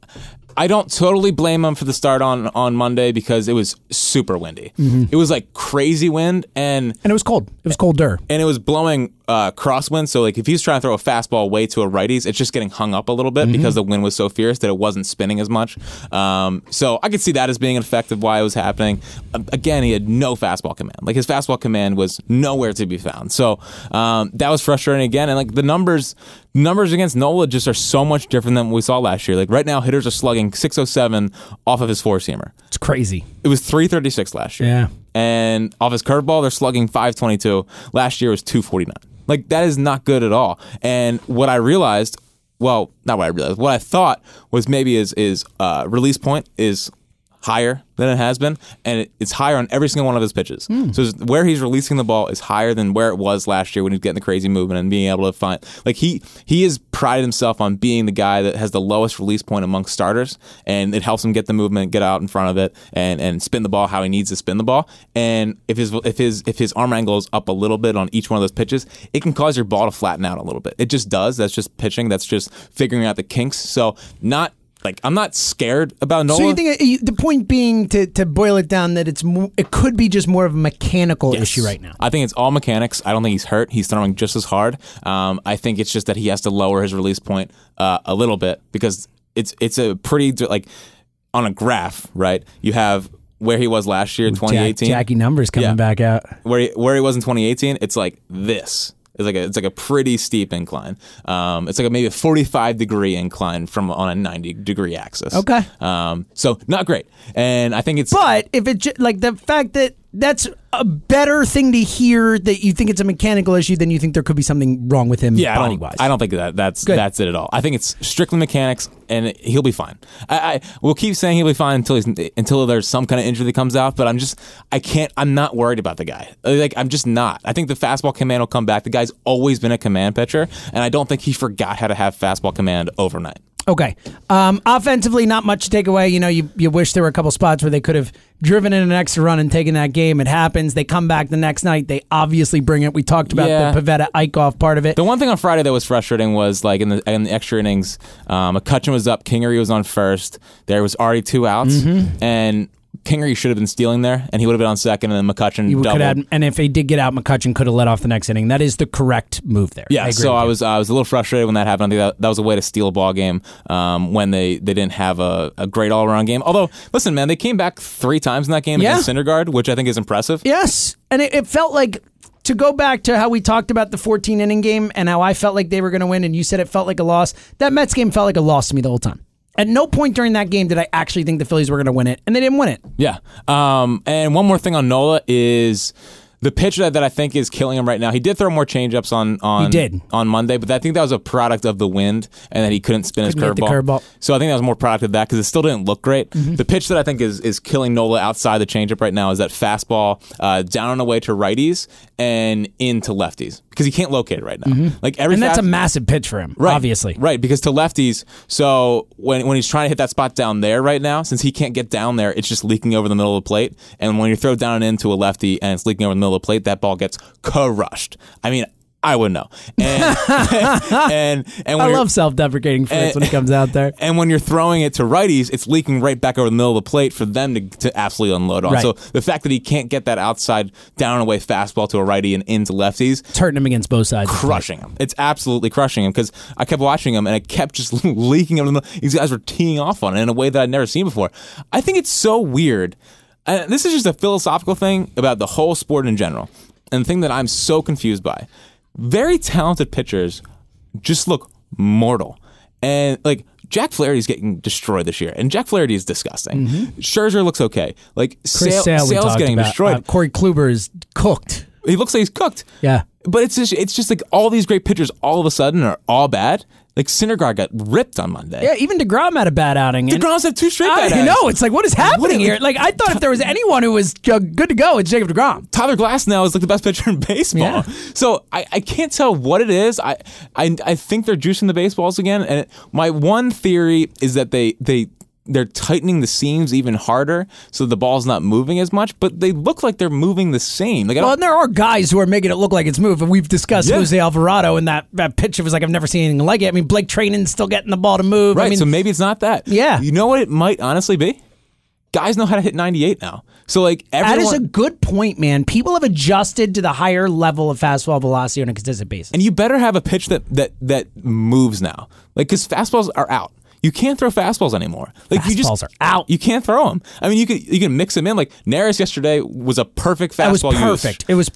[SPEAKER 2] I don't totally blame him for the start on on Monday because it was super windy.
[SPEAKER 3] Mm-hmm.
[SPEAKER 2] It was like crazy wind and.
[SPEAKER 3] And it was cold. It was colder.
[SPEAKER 2] And it was blowing uh, crosswind, so like if he's trying to throw a fastball way to a righties, it's just getting hung up a little bit because the wind was so fierce that it wasn't spinning as much. Um, so I could see that as being an effect of why it was happening. Um, again, he had no fastball command; like his fastball command was nowhere to be found. So um, that was frustrating again. And like the numbers, numbers against Nola just are so much different than what we saw last year. Like right now, hitters are slugging 607 off of his four seamer.
[SPEAKER 3] It's crazy.
[SPEAKER 2] It was 336 last year.
[SPEAKER 3] Yeah.
[SPEAKER 2] And off his curveball, they're slugging 522. Last year was 249. Like, that is not good at all. And what I realized, well, not what I realized, what I thought was maybe his, his uh, release point is higher than it has been. And it, it's higher on every single one of his pitches. So it's- where he's releasing the ball is higher than where it was last year when he's getting the crazy movement and being able to find. Like, he, he has prided himself on being the guy that has the lowest release point amongst starters. And it helps him get the movement, get out in front of it, and, and spin the ball how he needs to spin the ball. And if his if his if his arm angle is up a little bit on each one of those pitches, it can cause your ball to flatten out a little bit. It just does. That's just pitching. That's just figuring out the kinks. So not like I'm not scared about Nola.
[SPEAKER 3] So you think uh, the point being to, to boil it down that it's mo- it could be just more of a mechanical issue right now.
[SPEAKER 2] I think it's all mechanics. I don't think he's hurt. He's throwing just as hard. Um, I think it's just that he has to lower his release point uh, a little bit because it's it's a pretty like on a graph, right? You have where he was last year, 2018.
[SPEAKER 3] Jack- Jackie numbers coming
[SPEAKER 2] Yeah.
[SPEAKER 3] back out.
[SPEAKER 2] where he, where he was in 2018, it's like this. It's like a it's like a pretty steep incline. Um, it's like a, maybe a 45 degree incline from on a 90 degree axis.
[SPEAKER 3] Okay.
[SPEAKER 2] Um, so not great, and I think it's
[SPEAKER 3] But if it ju- like the fact that that's a better thing to hear that you think it's a mechanical issue than you think there could be something wrong with him
[SPEAKER 2] yeah. I
[SPEAKER 3] body
[SPEAKER 2] don't,
[SPEAKER 3] wise.
[SPEAKER 2] I don't think that that's
[SPEAKER 3] Good.
[SPEAKER 2] that's it at all. I think it's strictly mechanics, and he'll be fine. I, I will keep saying he'll be fine until he's until there's some kind of injury that comes out. But I'm just I can't. I'm not worried about the guy. Like I'm just not. I think the fastball command will come back. The guy's always been a command pitcher, and I don't think he forgot how to have fastball command overnight.
[SPEAKER 3] Okay. Um, offensively, not much to take away. You know, you, you wish there were a couple spots where they could have driven in an extra run and taken that game. It happens. They come back the next night. They obviously bring it. We talked about
[SPEAKER 2] Yeah.
[SPEAKER 3] the Pavetta Eichhoff part of it.
[SPEAKER 2] The one thing on Friday that was frustrating was like in the, in the extra innings, um, McCutcheon was up, Kingery was on first. There was already two outs,
[SPEAKER 3] Mm-hmm.
[SPEAKER 2] and Kingery should have been stealing there, and he would have been on second, and then McCutcheon
[SPEAKER 3] You
[SPEAKER 2] doubled.
[SPEAKER 3] could have, and if they did get out, McCutcheon could have let off the next inning. That is the correct move there.
[SPEAKER 2] yeah,
[SPEAKER 3] I agree
[SPEAKER 2] so
[SPEAKER 3] with
[SPEAKER 2] I
[SPEAKER 3] you.
[SPEAKER 2] was I was a little frustrated when that happened. I think that, that was a way to steal a ball game um, when they, they didn't have a, a great all around game. Although, listen, man, they came back three times in that game
[SPEAKER 3] Yeah.
[SPEAKER 2] against Syndergaard, which I think is impressive.
[SPEAKER 3] Yes. And it, it felt like to go back to how we talked about the 14 inning game and how I felt like they were going to win, and you said it felt like a loss. That Mets game felt like a loss to me the whole time. At no point during that game did I actually think the Phillies were going to win it, and they didn't win it.
[SPEAKER 2] Yeah. Um, and one more thing on Nola is the pitch that, that I think is killing him right now. He did throw more changeups on on
[SPEAKER 3] did.
[SPEAKER 2] on Monday, but I think that was a product of the wind and that he couldn't spin his
[SPEAKER 3] Couldn't hit the
[SPEAKER 2] curveball.
[SPEAKER 3] curveball. Mm-hmm.
[SPEAKER 2] So I think that was more product of that because it still didn't look great. The pitch that I think is is killing Nola outside the changeup right now is that fastball uh, down and away to righties and into lefties because he can't locate it right now. Like every
[SPEAKER 3] Mm-hmm. And that's a
[SPEAKER 2] fast-
[SPEAKER 3] massive pitch for him,
[SPEAKER 2] Right.
[SPEAKER 3] obviously.
[SPEAKER 2] Right, because to lefties, so when when he's trying to hit that spot down there right now, since he can't get down there, it's just leaking over the middle of the plate. And when you throw down and into a lefty and it's leaking over the middle of the plate, that ball gets crushed. I mean, I wouldn't know. And and and
[SPEAKER 3] I
[SPEAKER 2] when you're-
[SPEAKER 3] love self-deprecating Fritz
[SPEAKER 2] Uh,
[SPEAKER 3] when he comes out there.
[SPEAKER 2] and when you're throwing it to righties, it's leaking right back over the middle of the plate for them to, to absolutely unload on.
[SPEAKER 3] Right.
[SPEAKER 2] So the fact that he can't get that outside down and away fastball to a righty and into lefties,
[SPEAKER 3] It's hurting him against both sides.
[SPEAKER 2] crushing him. It's absolutely crushing him because I kept watching him and it kept just leaking out of the middle. These guys were teeing off on it in a way that I'd never seen before. I think it's so weird. Uh, this is just a philosophical thing about the whole sport in general, and the thing that I'm so confused by. Very talented pitchers just look mortal, and like. Jack Flaherty's getting destroyed this year, and Jack Flaherty is disgusting. Scherzer looks okay. Like
[SPEAKER 3] Mm-hmm. Chris
[SPEAKER 2] Sale,
[SPEAKER 3] Sale we
[SPEAKER 2] Sale's
[SPEAKER 3] talked
[SPEAKER 2] getting
[SPEAKER 3] about.
[SPEAKER 2] destroyed.
[SPEAKER 3] Uh, Corey Kluber is cooked.
[SPEAKER 2] He looks like he's cooked.
[SPEAKER 3] Yeah.
[SPEAKER 2] But it's just it's just like all these great pitchers all of a sudden are all bad. Like Syndergaard got ripped on Monday.
[SPEAKER 3] Yeah, even DeGrom had a bad outing. and-
[SPEAKER 2] DeGrom's had two straight bad
[SPEAKER 3] I
[SPEAKER 2] outings.
[SPEAKER 3] know. It's like, what is happening here? Like, I thought if there was anyone who was uh, good to go, it's Jacob DeGrom.
[SPEAKER 2] Tyler Glass now is like the best pitcher in baseball.
[SPEAKER 3] Yeah.
[SPEAKER 2] So I, I can't tell what it is. I, I I think they're juicing the baseballs again. And it, my one theory is that they they they're tightening the seams even harder so the ball's not moving as much. But they look like they're moving the same. Like I
[SPEAKER 3] Well,
[SPEAKER 2] don't,
[SPEAKER 3] and there are guys who are making it look like it's moved, and we've discussed
[SPEAKER 2] Yeah.
[SPEAKER 3] Jose Alvarado and that, that pitch. It was like I've never seen anything like it. I mean, Blake Training's still getting the ball to move.
[SPEAKER 2] right.
[SPEAKER 3] I mean,
[SPEAKER 2] so maybe it's not that.
[SPEAKER 3] Yeah.
[SPEAKER 2] You know what it might honestly be. Guys know how to hit 98 now. So like everyone.
[SPEAKER 3] that is a good point, man. People have adjusted to the higher level of fastball velocity on a consistent basis.
[SPEAKER 2] and you better have a pitch that that that moves now. Like because fastballs are out. You can't throw fastballs anymore. Like you just
[SPEAKER 3] Fastballs are out.
[SPEAKER 2] You can't throw them. I mean, you could you can mix them in. Like Naris yesterday was a perfect fastball.
[SPEAKER 3] that was
[SPEAKER 2] use.
[SPEAKER 3] perfect. It was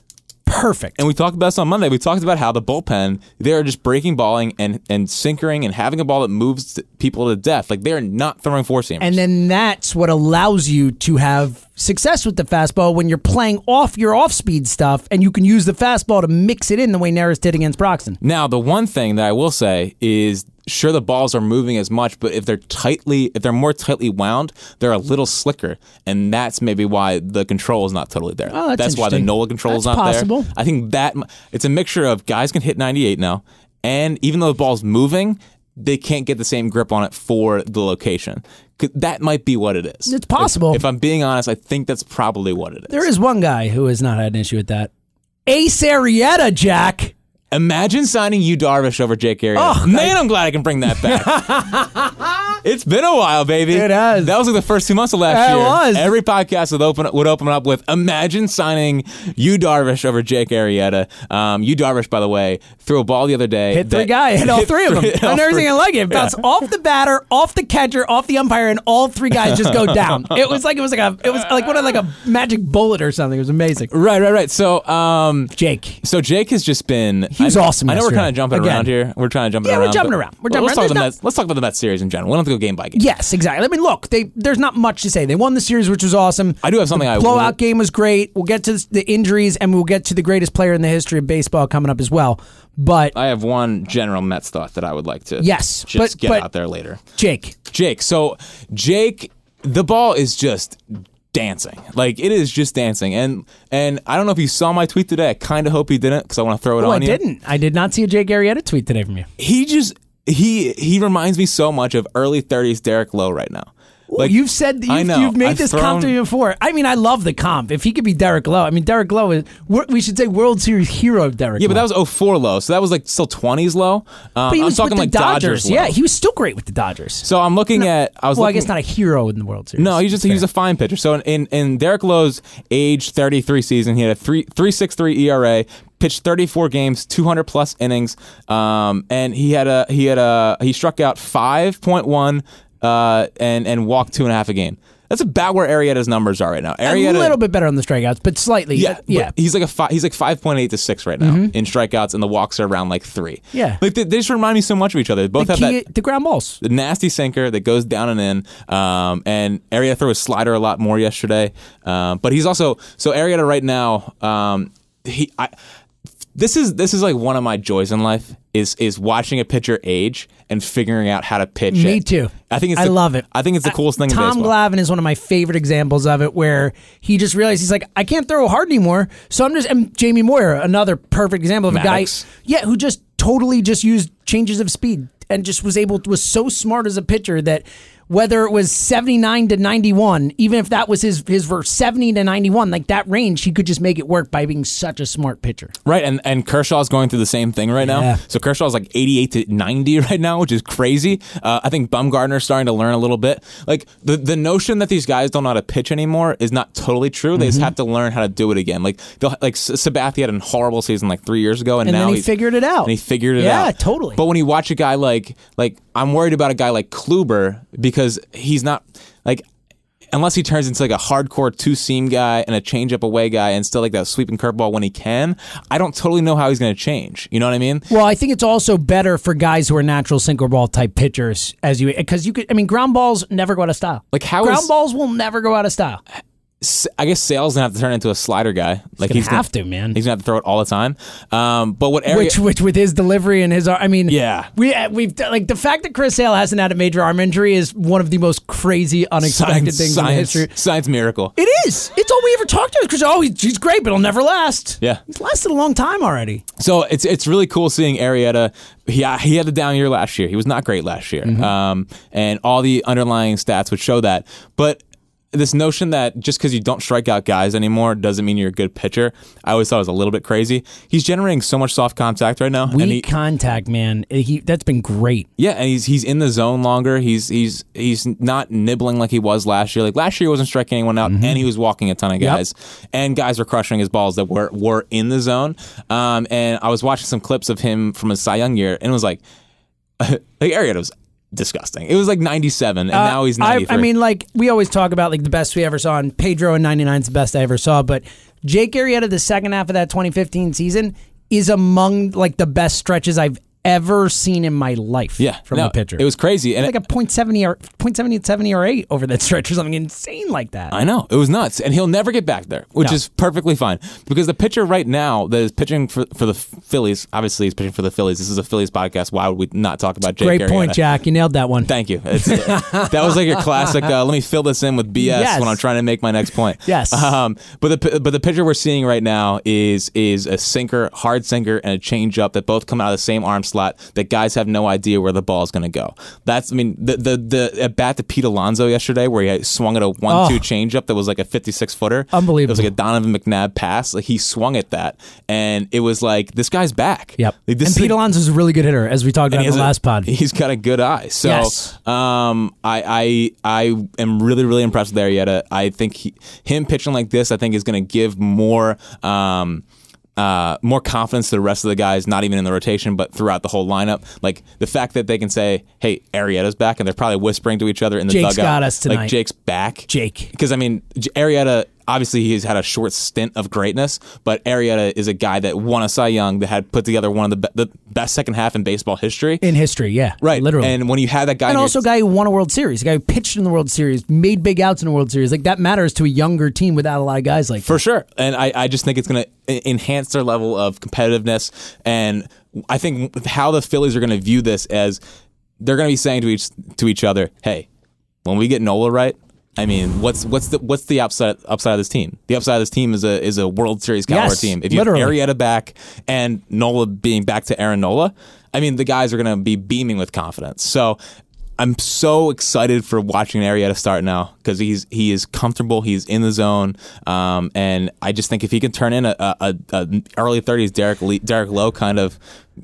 [SPEAKER 3] perfect.
[SPEAKER 2] And we talked about this on Monday. We talked about how the bullpen they are just breaking balling and and sinkering and having a ball that moves t- people to death. Like they are not throwing four seamers.
[SPEAKER 3] And then that's what allows you to have success with the fastball when you're playing off your off speed stuff and you can use the fastball to mix it in the way Naris did against Broxton.
[SPEAKER 2] Now, the one thing that I will say is sure the balls are moving as much, but if they're tightly if they're more tightly wound, they're a little slicker. And that's maybe why the control is not totally there.
[SPEAKER 3] Oh, that's
[SPEAKER 2] why the
[SPEAKER 3] interesting.
[SPEAKER 2] NOLA control is
[SPEAKER 3] That's
[SPEAKER 2] not
[SPEAKER 3] possible.
[SPEAKER 2] there. I think that m- it's a mixture of guys can hit 98 now, and even though the ball's moving, they can't get the same grip on it for the location. 'Cause That might be what it is.
[SPEAKER 3] It's possible.
[SPEAKER 2] If, if I'm being honest, I think that's probably what it is.
[SPEAKER 3] There is one guy who has not had an issue with that. Ace Arietta, Jack.
[SPEAKER 2] Imagine signing you Darvish over Jake
[SPEAKER 3] Oh,
[SPEAKER 2] Arrieta. Man, I, am glad I can bring that back. it's been a while, baby.
[SPEAKER 3] It has.
[SPEAKER 2] That was like the first two months of last
[SPEAKER 3] It
[SPEAKER 2] year.
[SPEAKER 3] was.
[SPEAKER 2] Every podcast would open would open up with Imagine signing you Darvish over Jake Arrieta. Um, you Darvish, by the way, threw a ball the other day.
[SPEAKER 3] Hit three
[SPEAKER 2] that-
[SPEAKER 3] guys, hit all three of them.
[SPEAKER 2] hit all
[SPEAKER 3] I've never
[SPEAKER 2] three.
[SPEAKER 3] seen it like it. Bounced off the batter, off the catcher, off the umpire, and all three guys just go down. It was like it was like a it was like one of like a magic bullet or something. It was amazing.
[SPEAKER 2] Right, right, right. So, um,
[SPEAKER 3] Jake.
[SPEAKER 2] so Jake has just been.
[SPEAKER 3] He was
[SPEAKER 2] I,
[SPEAKER 3] awesome
[SPEAKER 2] I know we're
[SPEAKER 3] yesterday.
[SPEAKER 2] kind of jumping
[SPEAKER 3] Again.
[SPEAKER 2] around here. We're trying to jump
[SPEAKER 3] Yeah, we're
[SPEAKER 2] around.
[SPEAKER 3] jumping
[SPEAKER 2] but-
[SPEAKER 3] around. We're
[SPEAKER 2] but
[SPEAKER 3] jumping
[SPEAKER 2] let's
[SPEAKER 3] around.
[SPEAKER 2] Talk about the
[SPEAKER 3] There's
[SPEAKER 2] Mets, let's talk about the Mets series in general. We don't have to go game by game.
[SPEAKER 3] Yes, exactly. I mean, look, they there's not much to say. They won the series, which was awesome.
[SPEAKER 2] I do have something I
[SPEAKER 3] blowout
[SPEAKER 2] want-
[SPEAKER 3] game was great. We'll get to the injuries, and we'll get to the greatest player in the history of baseball coming up as well. But
[SPEAKER 2] I have one general Mets thought that I would like to
[SPEAKER 3] Yes,
[SPEAKER 2] just
[SPEAKER 3] but-
[SPEAKER 2] get
[SPEAKER 3] but-
[SPEAKER 2] out there later.
[SPEAKER 3] Jake,
[SPEAKER 2] Jake. So Jake, the ball is just dancing. Like it is just dancing. And and I don't know if you saw my tweet today. I kind of hope you didn't because I want to throw it
[SPEAKER 3] oh, I
[SPEAKER 2] on you.
[SPEAKER 3] didn't. I did not see a Jake Arrieta tweet today from you.
[SPEAKER 2] He just he he reminds me so much of early 30s Derek Lowe right now. Like
[SPEAKER 3] you've said that
[SPEAKER 2] I
[SPEAKER 3] you've,
[SPEAKER 2] know.
[SPEAKER 3] you've made
[SPEAKER 2] I've
[SPEAKER 3] this
[SPEAKER 2] thrown-
[SPEAKER 3] comp to me before. I mean, I love the comp. If he could be Derek Lowe, I mean, Derek Lowe is wor- we should say World Series hero of Derek.
[SPEAKER 2] yeah, but
[SPEAKER 3] Lowe.
[SPEAKER 2] that was 04 low, so that was like still 20s low. Um,
[SPEAKER 3] But he
[SPEAKER 2] I'm
[SPEAKER 3] was
[SPEAKER 2] talking
[SPEAKER 3] with
[SPEAKER 2] like
[SPEAKER 3] the Dodgers.
[SPEAKER 2] low.
[SPEAKER 3] yeah, he was still great with the Dodgers.
[SPEAKER 2] so I'm looking at. I was
[SPEAKER 3] well, I
[SPEAKER 2] looking,
[SPEAKER 3] guess not a hero in the World Series.
[SPEAKER 2] No, he's just he was a fine pitcher. So in, in, in Derek Lowe's age 33 season, he had a three three six three ERA, pitched 34 games, 200 plus innings, um, and he had a he had a he struck out 5.1 uh, and and walked two and a half a game. That's about where Arietta's numbers are right now.
[SPEAKER 3] a
[SPEAKER 2] Arietta,
[SPEAKER 3] little bit better on the strikeouts, but slightly.
[SPEAKER 2] yeah,
[SPEAKER 3] Yeah, yeah. Mm-hmm.
[SPEAKER 2] but He's like a fi- he's like five point eight to six right now in strikeouts, and the walks are around like three.
[SPEAKER 3] Yeah.
[SPEAKER 2] like they, they just remind me so much of each other. They both
[SPEAKER 3] The,
[SPEAKER 2] have
[SPEAKER 3] key,
[SPEAKER 2] that
[SPEAKER 3] the ground balls.
[SPEAKER 2] the nasty sinker that goes down and in. Um, and Arietta threw a slider a lot more yesterday. Um, but he's also so Arietta right now. Um, he I, this is this is like one of my joys in life is is watching a pitcher age and figuring out how to pitch.
[SPEAKER 3] Me
[SPEAKER 2] it.
[SPEAKER 3] too.
[SPEAKER 2] I think it's
[SPEAKER 3] I
[SPEAKER 2] the-
[SPEAKER 3] love it.
[SPEAKER 2] I think it's the
[SPEAKER 3] I-
[SPEAKER 2] coolest thing.
[SPEAKER 3] Tom
[SPEAKER 2] in baseball.
[SPEAKER 3] Glavine is one of my favorite examples of it, where he just realized he's like, I can't throw hard anymore, so I'm just. And Jamie Moyer, another perfect example of
[SPEAKER 2] Maddox.
[SPEAKER 3] a guy, yeah, who just totally just used changes of speed and just was able was so smart as a pitcher that whether it was 79 to 91, even if that was his his verse 70 to 91, like that range, he could just make it work by being such a smart pitcher.
[SPEAKER 2] Right, and and Kershaw's going through the same thing right now.
[SPEAKER 3] Yeah.
[SPEAKER 2] So Kershaw's like 88 to 90 right now, which is crazy. Uh, I think Bumgarner's starting to learn a little bit. Like the the notion that these guys don't know how to pitch anymore is not totally true. They just have to learn how to do it again. Like they'll, like S- Sabathia had a horrible season like three years ago, and,
[SPEAKER 3] And
[SPEAKER 2] now
[SPEAKER 3] then he figured it out.
[SPEAKER 2] And he figured it
[SPEAKER 3] Yeah,
[SPEAKER 2] out.
[SPEAKER 3] totally.
[SPEAKER 2] But when you watch a guy like like I'm worried about a guy like Kluber because he's not like unless he turns into like a hardcore two seam guy and a change up away guy and still like that sweeping curveball when he can, I don't totally know how he's going to change. You know what I mean?
[SPEAKER 3] Well, I think it's also better for guys who are natural sinker ball type pitchers as you because you could I mean ground balls never go out of style.
[SPEAKER 2] Like, how
[SPEAKER 3] ground
[SPEAKER 2] is-
[SPEAKER 3] balls will never go out of style.
[SPEAKER 2] S- I guess Sale's going to have to turn into a slider guy. Like
[SPEAKER 3] gonna
[SPEAKER 2] he's gonna-
[SPEAKER 3] have to, man.
[SPEAKER 2] He's going to have to throw it all the time. Um, but what area?
[SPEAKER 3] which which with his delivery and his ar- I mean
[SPEAKER 2] Yeah.
[SPEAKER 3] we uh, we've like the fact that Chris Sale hasn't had a major arm injury is one of the most crazy unexpected
[SPEAKER 2] science,
[SPEAKER 3] things in
[SPEAKER 2] science,
[SPEAKER 3] history.
[SPEAKER 2] science miracle.
[SPEAKER 3] It is. It's all we ever talked about. Chris, oh, he's, he's great, but he'll never last.
[SPEAKER 2] Yeah.
[SPEAKER 3] it's lasted a long time already.
[SPEAKER 2] So it's it's really cool seeing Arietta. He uh, he had a down year last year. He was not great last year, um, and all the underlying stats would show that. But this notion that just because you don't strike out guys anymore doesn't mean you're a good pitcher, I always thought was a little bit crazy. He's generating so much soft contact right now,
[SPEAKER 3] Weak
[SPEAKER 2] and he,
[SPEAKER 3] contact, man. He that's been great.
[SPEAKER 2] yeah, and he's he's in the zone longer. He's he's he's not nibbling like he was last year. Like last year, he wasn't striking anyone out, and
[SPEAKER 3] Mm-hmm.
[SPEAKER 2] he was walking a ton of guys, and guys were crushing his balls that were were in the zone. Um, and I was watching some clips of him from his Cy Young year, and it was like, like Arietta was disgusting. It was like ninety seven, and now he's
[SPEAKER 3] Uh, I,
[SPEAKER 2] ninety three.
[SPEAKER 3] I mean, like we always talk about, like the best we ever saw, and Pedro in '99 is the best I ever saw. But Jake Arrieta, the second half of that 2015 season, is among like the best stretches I've ever seen in my life.
[SPEAKER 2] yeah,
[SPEAKER 3] from
[SPEAKER 2] no,
[SPEAKER 3] a pitcher,
[SPEAKER 2] It was crazy, and
[SPEAKER 3] like a point seventy or point seventy seventy or eight over that stretch or something insane like that.
[SPEAKER 2] I know it was nuts, and he'll never get back there, which is perfectly fine because the pitcher right now that is pitching for, for the Phillies, obviously he's pitching for the Phillies. This is a Phillies podcast. Why would we not talk about Jake?
[SPEAKER 3] Great point,
[SPEAKER 2] Arrieta?
[SPEAKER 3] Jack. You nailed that one.
[SPEAKER 2] Thank you. It's, that was like your classic. Uh, let me fill this in with BS
[SPEAKER 3] Yes.
[SPEAKER 2] when I'm trying to make my next point.
[SPEAKER 3] Yes.
[SPEAKER 2] Um, but the but the pitcher we're seeing right now is is a sinker, hard sinker, and a changeup that both come out of the same arm slot. That guys have no idea where the ball is going to go. That's I mean the the the at bat to Pete Alonso yesterday where he had swung at a one two changeup that was like a 56 footer.
[SPEAKER 3] Oh. Unbelievable.
[SPEAKER 2] It was like a Donovan McNabb pass. Like he swung at that, and it was like this guy's back.
[SPEAKER 3] Yep.
[SPEAKER 2] Like, this
[SPEAKER 3] and
[SPEAKER 2] is a-
[SPEAKER 3] Pete Alonso's a really good hitter, as we talked about
[SPEAKER 2] he
[SPEAKER 3] in the
[SPEAKER 2] has a-
[SPEAKER 3] last pod.
[SPEAKER 2] He's got a good eye. So
[SPEAKER 3] Yes.
[SPEAKER 2] um, I, I I am really really impressed with Arietta. I think he, him pitching like this, I think is going to give more. Um, uh, more confidence to the rest of the guys, not even in the rotation, but throughout the whole lineup. Like the fact that they can say, "Hey, Arietta's back," and they're probably whispering to each other in the
[SPEAKER 3] Jake's
[SPEAKER 2] dugout.
[SPEAKER 3] got us tonight.
[SPEAKER 2] Like Jake's back.
[SPEAKER 3] Jake.
[SPEAKER 2] Because I mean, J- Arietta obviously he's had a short stint of greatness, but Arietta is a guy that won a Cy Young, that had put together one of the, be- the best second half in baseball history.
[SPEAKER 3] in history, yeah.
[SPEAKER 2] Right,
[SPEAKER 3] Literally.
[SPEAKER 2] And when you have that guy, in
[SPEAKER 3] and
[SPEAKER 2] your-
[SPEAKER 3] also a guy who won a World Series, a guy who pitched in the World Series, made big outs in the World Series. Like that matters to a younger team without a lot of guys like
[SPEAKER 2] for sure, and I, I just think it's going to enhance their level of competitiveness, and I think how the Phillies are going to view this as they're going to be saying to each to each other, "Hey, when we get Nola right." I mean, what's what's the what's the upside upside of this team? The upside of this team is a is a World Series caliber
[SPEAKER 3] Yes,
[SPEAKER 2] team. If you
[SPEAKER 3] literally.
[SPEAKER 2] have Arietta back and Nola being back to Aaron Nola, I mean, the guys are going to be beaming with confidence. So I'm so excited for watching Arietta start now because he's he is comfortable, he's in the zone, um, and I just think if he can turn in a, a, a early 30s Derek Le- Derek Lowe kind of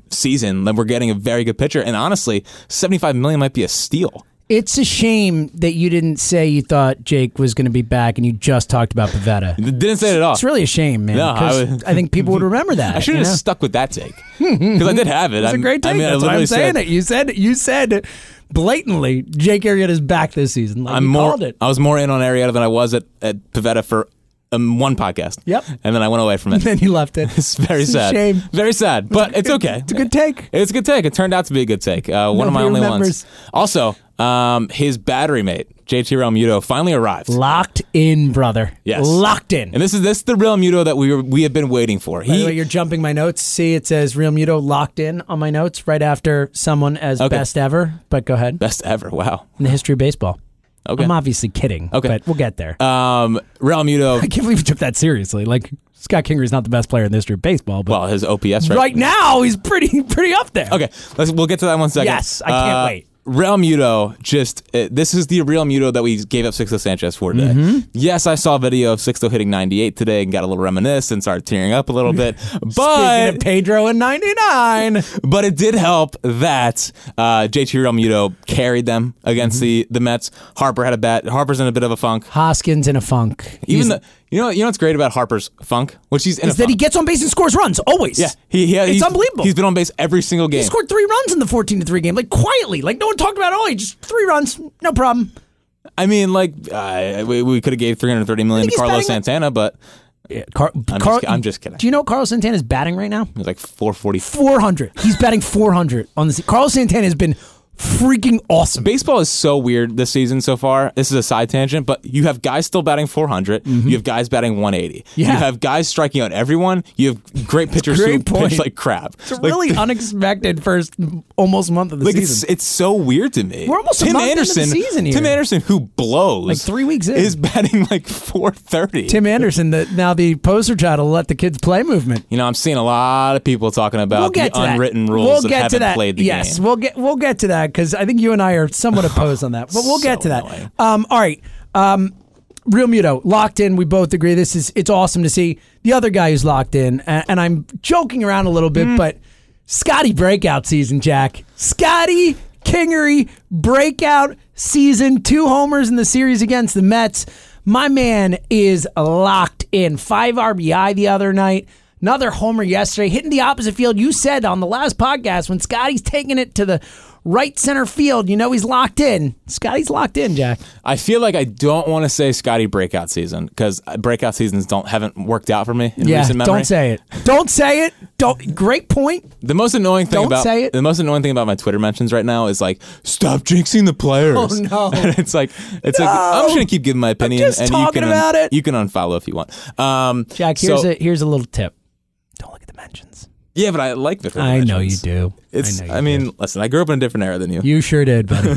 [SPEAKER 2] season, then we're getting a very good pitcher. And honestly, 75 million might be a steal.
[SPEAKER 3] It's a shame that you didn't say you thought Jake was going to be back and you just talked about Pavetta.
[SPEAKER 2] Didn't say it at all.
[SPEAKER 3] It's really a shame, man.
[SPEAKER 2] No, I
[SPEAKER 3] 'cause
[SPEAKER 2] would-
[SPEAKER 3] I think people would remember that.
[SPEAKER 2] I should
[SPEAKER 3] you
[SPEAKER 2] have
[SPEAKER 3] know?
[SPEAKER 2] just stuck with that take because I did have it.
[SPEAKER 3] It's a great take. That's why I'm saying it. You said you said blatantly Jake Arrieta's back this season. Like
[SPEAKER 2] I'm
[SPEAKER 3] you
[SPEAKER 2] more.
[SPEAKER 3] called it.
[SPEAKER 2] I was more in on Arietta than I was at, at Pavetta for um, one podcast.
[SPEAKER 3] Yep.
[SPEAKER 2] And then I went away from it.
[SPEAKER 3] then he left it.
[SPEAKER 2] It's very
[SPEAKER 3] It's a
[SPEAKER 2] sad.
[SPEAKER 3] shame.
[SPEAKER 2] Very sad, but it's, okay.
[SPEAKER 3] It's a good take.
[SPEAKER 2] It's a good take. It turned out to be a good take. Uh, one of my
[SPEAKER 3] Nobody
[SPEAKER 2] only
[SPEAKER 3] remembers.
[SPEAKER 2] ones. Also, um, his battery mate, JT Realmuto, finally arrived.
[SPEAKER 3] Locked in, brother.
[SPEAKER 2] Yes.
[SPEAKER 3] Locked in.
[SPEAKER 2] And this is this is the real Muto that we were, we have been waiting for.
[SPEAKER 3] By the way, you're jumping my notes. See, it says Real Muto locked in on my notes right after someone as
[SPEAKER 2] Okay.
[SPEAKER 3] best ever. But go ahead.
[SPEAKER 2] best ever. Wow.
[SPEAKER 3] In the history of baseball.
[SPEAKER 2] Okay.
[SPEAKER 3] I'm obviously kidding.
[SPEAKER 2] Okay.
[SPEAKER 3] But we'll get there.
[SPEAKER 2] Um, Real Muto.
[SPEAKER 3] I can't believe you took that seriously. Like, Scott Kingery's not the best player in the history of baseball, but
[SPEAKER 2] Well, his OPS right,
[SPEAKER 3] right now he's pretty pretty up there.
[SPEAKER 2] Okay, let's we'll get to that in one second. Uh,
[SPEAKER 3] Yes, I can't wait.
[SPEAKER 2] Real Muto just uh, this is the Real Muto that we gave up Sixto Sanchez for today.
[SPEAKER 3] Mm-hmm.
[SPEAKER 2] Yes, I saw a video of Sixto hitting 98 today and got a little reminisced and started tearing up a little bit.
[SPEAKER 3] Speaking of
[SPEAKER 2] But
[SPEAKER 3] Pedro in '99.
[SPEAKER 2] but it did help that uh, JT Real Muto carried them against the
[SPEAKER 3] Mm-hmm.
[SPEAKER 2] the Mets. Harper had a bat. Harper's in a bit of a funk.
[SPEAKER 3] Hoskins in a funk.
[SPEAKER 2] Even
[SPEAKER 3] He's-
[SPEAKER 2] the, you know you know what's great about Harper's funk, which he's in
[SPEAKER 3] is
[SPEAKER 2] a
[SPEAKER 3] that
[SPEAKER 2] funk.
[SPEAKER 3] he gets on base and scores runs always.
[SPEAKER 2] yeah, he, he-
[SPEAKER 3] it's
[SPEAKER 2] he's-
[SPEAKER 3] unbelievable.
[SPEAKER 2] He's been on base every single game.
[SPEAKER 3] He scored three runs in the 14 to 3 game, like quietly. Like no one talked about it at all. He just three runs, no problem.
[SPEAKER 2] I mean, like uh, we, we could have gave 330 million to
[SPEAKER 3] think he's
[SPEAKER 2] Carlos
[SPEAKER 3] batting like-
[SPEAKER 2] Santana, but
[SPEAKER 3] Car-
[SPEAKER 2] I'm,
[SPEAKER 3] Car-
[SPEAKER 2] just, ki- I'm just kidding.
[SPEAKER 3] Do you know Carlos Santana is batting right now?
[SPEAKER 2] It was like 440.
[SPEAKER 3] 400. He's batting 400 on this. Carlos Santana has been freaking awesome.
[SPEAKER 2] Baseball is so weird this season so far. This is a side tangent, but you have guys still batting 400. You have guys batting 180. You
[SPEAKER 3] Mm-hmm. Yeah.
[SPEAKER 2] have guys striking out everyone. You have great pitchers
[SPEAKER 3] Great
[SPEAKER 2] who pitch
[SPEAKER 3] point.
[SPEAKER 2] like crap.
[SPEAKER 3] It's a
[SPEAKER 2] Like,
[SPEAKER 3] really unexpected first almost month of the
[SPEAKER 2] like it's
[SPEAKER 3] season.
[SPEAKER 2] it's so weird to me.
[SPEAKER 3] We're almost a
[SPEAKER 2] Tim
[SPEAKER 3] month into the
[SPEAKER 2] Anderson.
[SPEAKER 3] season here.
[SPEAKER 2] Tim Anderson, who blows
[SPEAKER 3] Like three weeks in.
[SPEAKER 2] is batting like 430.
[SPEAKER 3] Tim Anderson, the, now the poster child, will let the kids play movement.
[SPEAKER 2] you know, I'm seeing a lot of people talking about
[SPEAKER 3] We'll
[SPEAKER 2] Uh,
[SPEAKER 3] get
[SPEAKER 2] the
[SPEAKER 3] to that.
[SPEAKER 2] unwritten rules
[SPEAKER 3] We'll
[SPEAKER 2] of
[SPEAKER 3] get
[SPEAKER 2] haven't
[SPEAKER 3] to that.
[SPEAKER 2] played the
[SPEAKER 3] yes,
[SPEAKER 2] game.
[SPEAKER 3] we'll get we'll get to that because I think you and I are somewhat opposed on that. But we'll get
[SPEAKER 2] So
[SPEAKER 3] to that.
[SPEAKER 2] annoying.
[SPEAKER 3] Um, all right. Um, Real Muto locked in. We both agree this is it's awesome to see the other guy who's locked in, and, and I'm joking around a little bit, but Scotty breakout season, Jack. Scotty Kingery breakout season. Two homers in the series against the Mets. My man is locked in. Five RBI the other night. Another homer yesterday, hitting the opposite field. You said on the last podcast when Scotty's taking it to the right center field, you know he's locked in. Scotty's locked in, Jack.
[SPEAKER 2] I feel like I don't want to say Scotty breakout season because breakout seasons don't haven't worked out for me in
[SPEAKER 3] Yeah,
[SPEAKER 2] recent memory.
[SPEAKER 3] don't say it. Don't say it. Don't. Great point.
[SPEAKER 2] The most annoying thing
[SPEAKER 3] Don't
[SPEAKER 2] about
[SPEAKER 3] say it.
[SPEAKER 2] the most annoying thing about my Twitter mentions right now is like stop jinxing the players.
[SPEAKER 3] Oh, no.
[SPEAKER 2] And it's like it's like I'm just gonna keep giving my opinion
[SPEAKER 3] just
[SPEAKER 2] and you
[SPEAKER 3] talking
[SPEAKER 2] can un-
[SPEAKER 3] about it.
[SPEAKER 2] you can unfollow if you want. Um,
[SPEAKER 3] Jack, here's
[SPEAKER 2] so-
[SPEAKER 3] a here's a little tip. Don't look at the mentions.
[SPEAKER 2] yeah, but I like the Twitter
[SPEAKER 3] I know you
[SPEAKER 2] mentions.
[SPEAKER 3] do.
[SPEAKER 2] It's
[SPEAKER 3] I,
[SPEAKER 2] I,
[SPEAKER 3] know you
[SPEAKER 2] mean listen, I grew up in a different era than you.
[SPEAKER 3] do. you sure did, buddy. You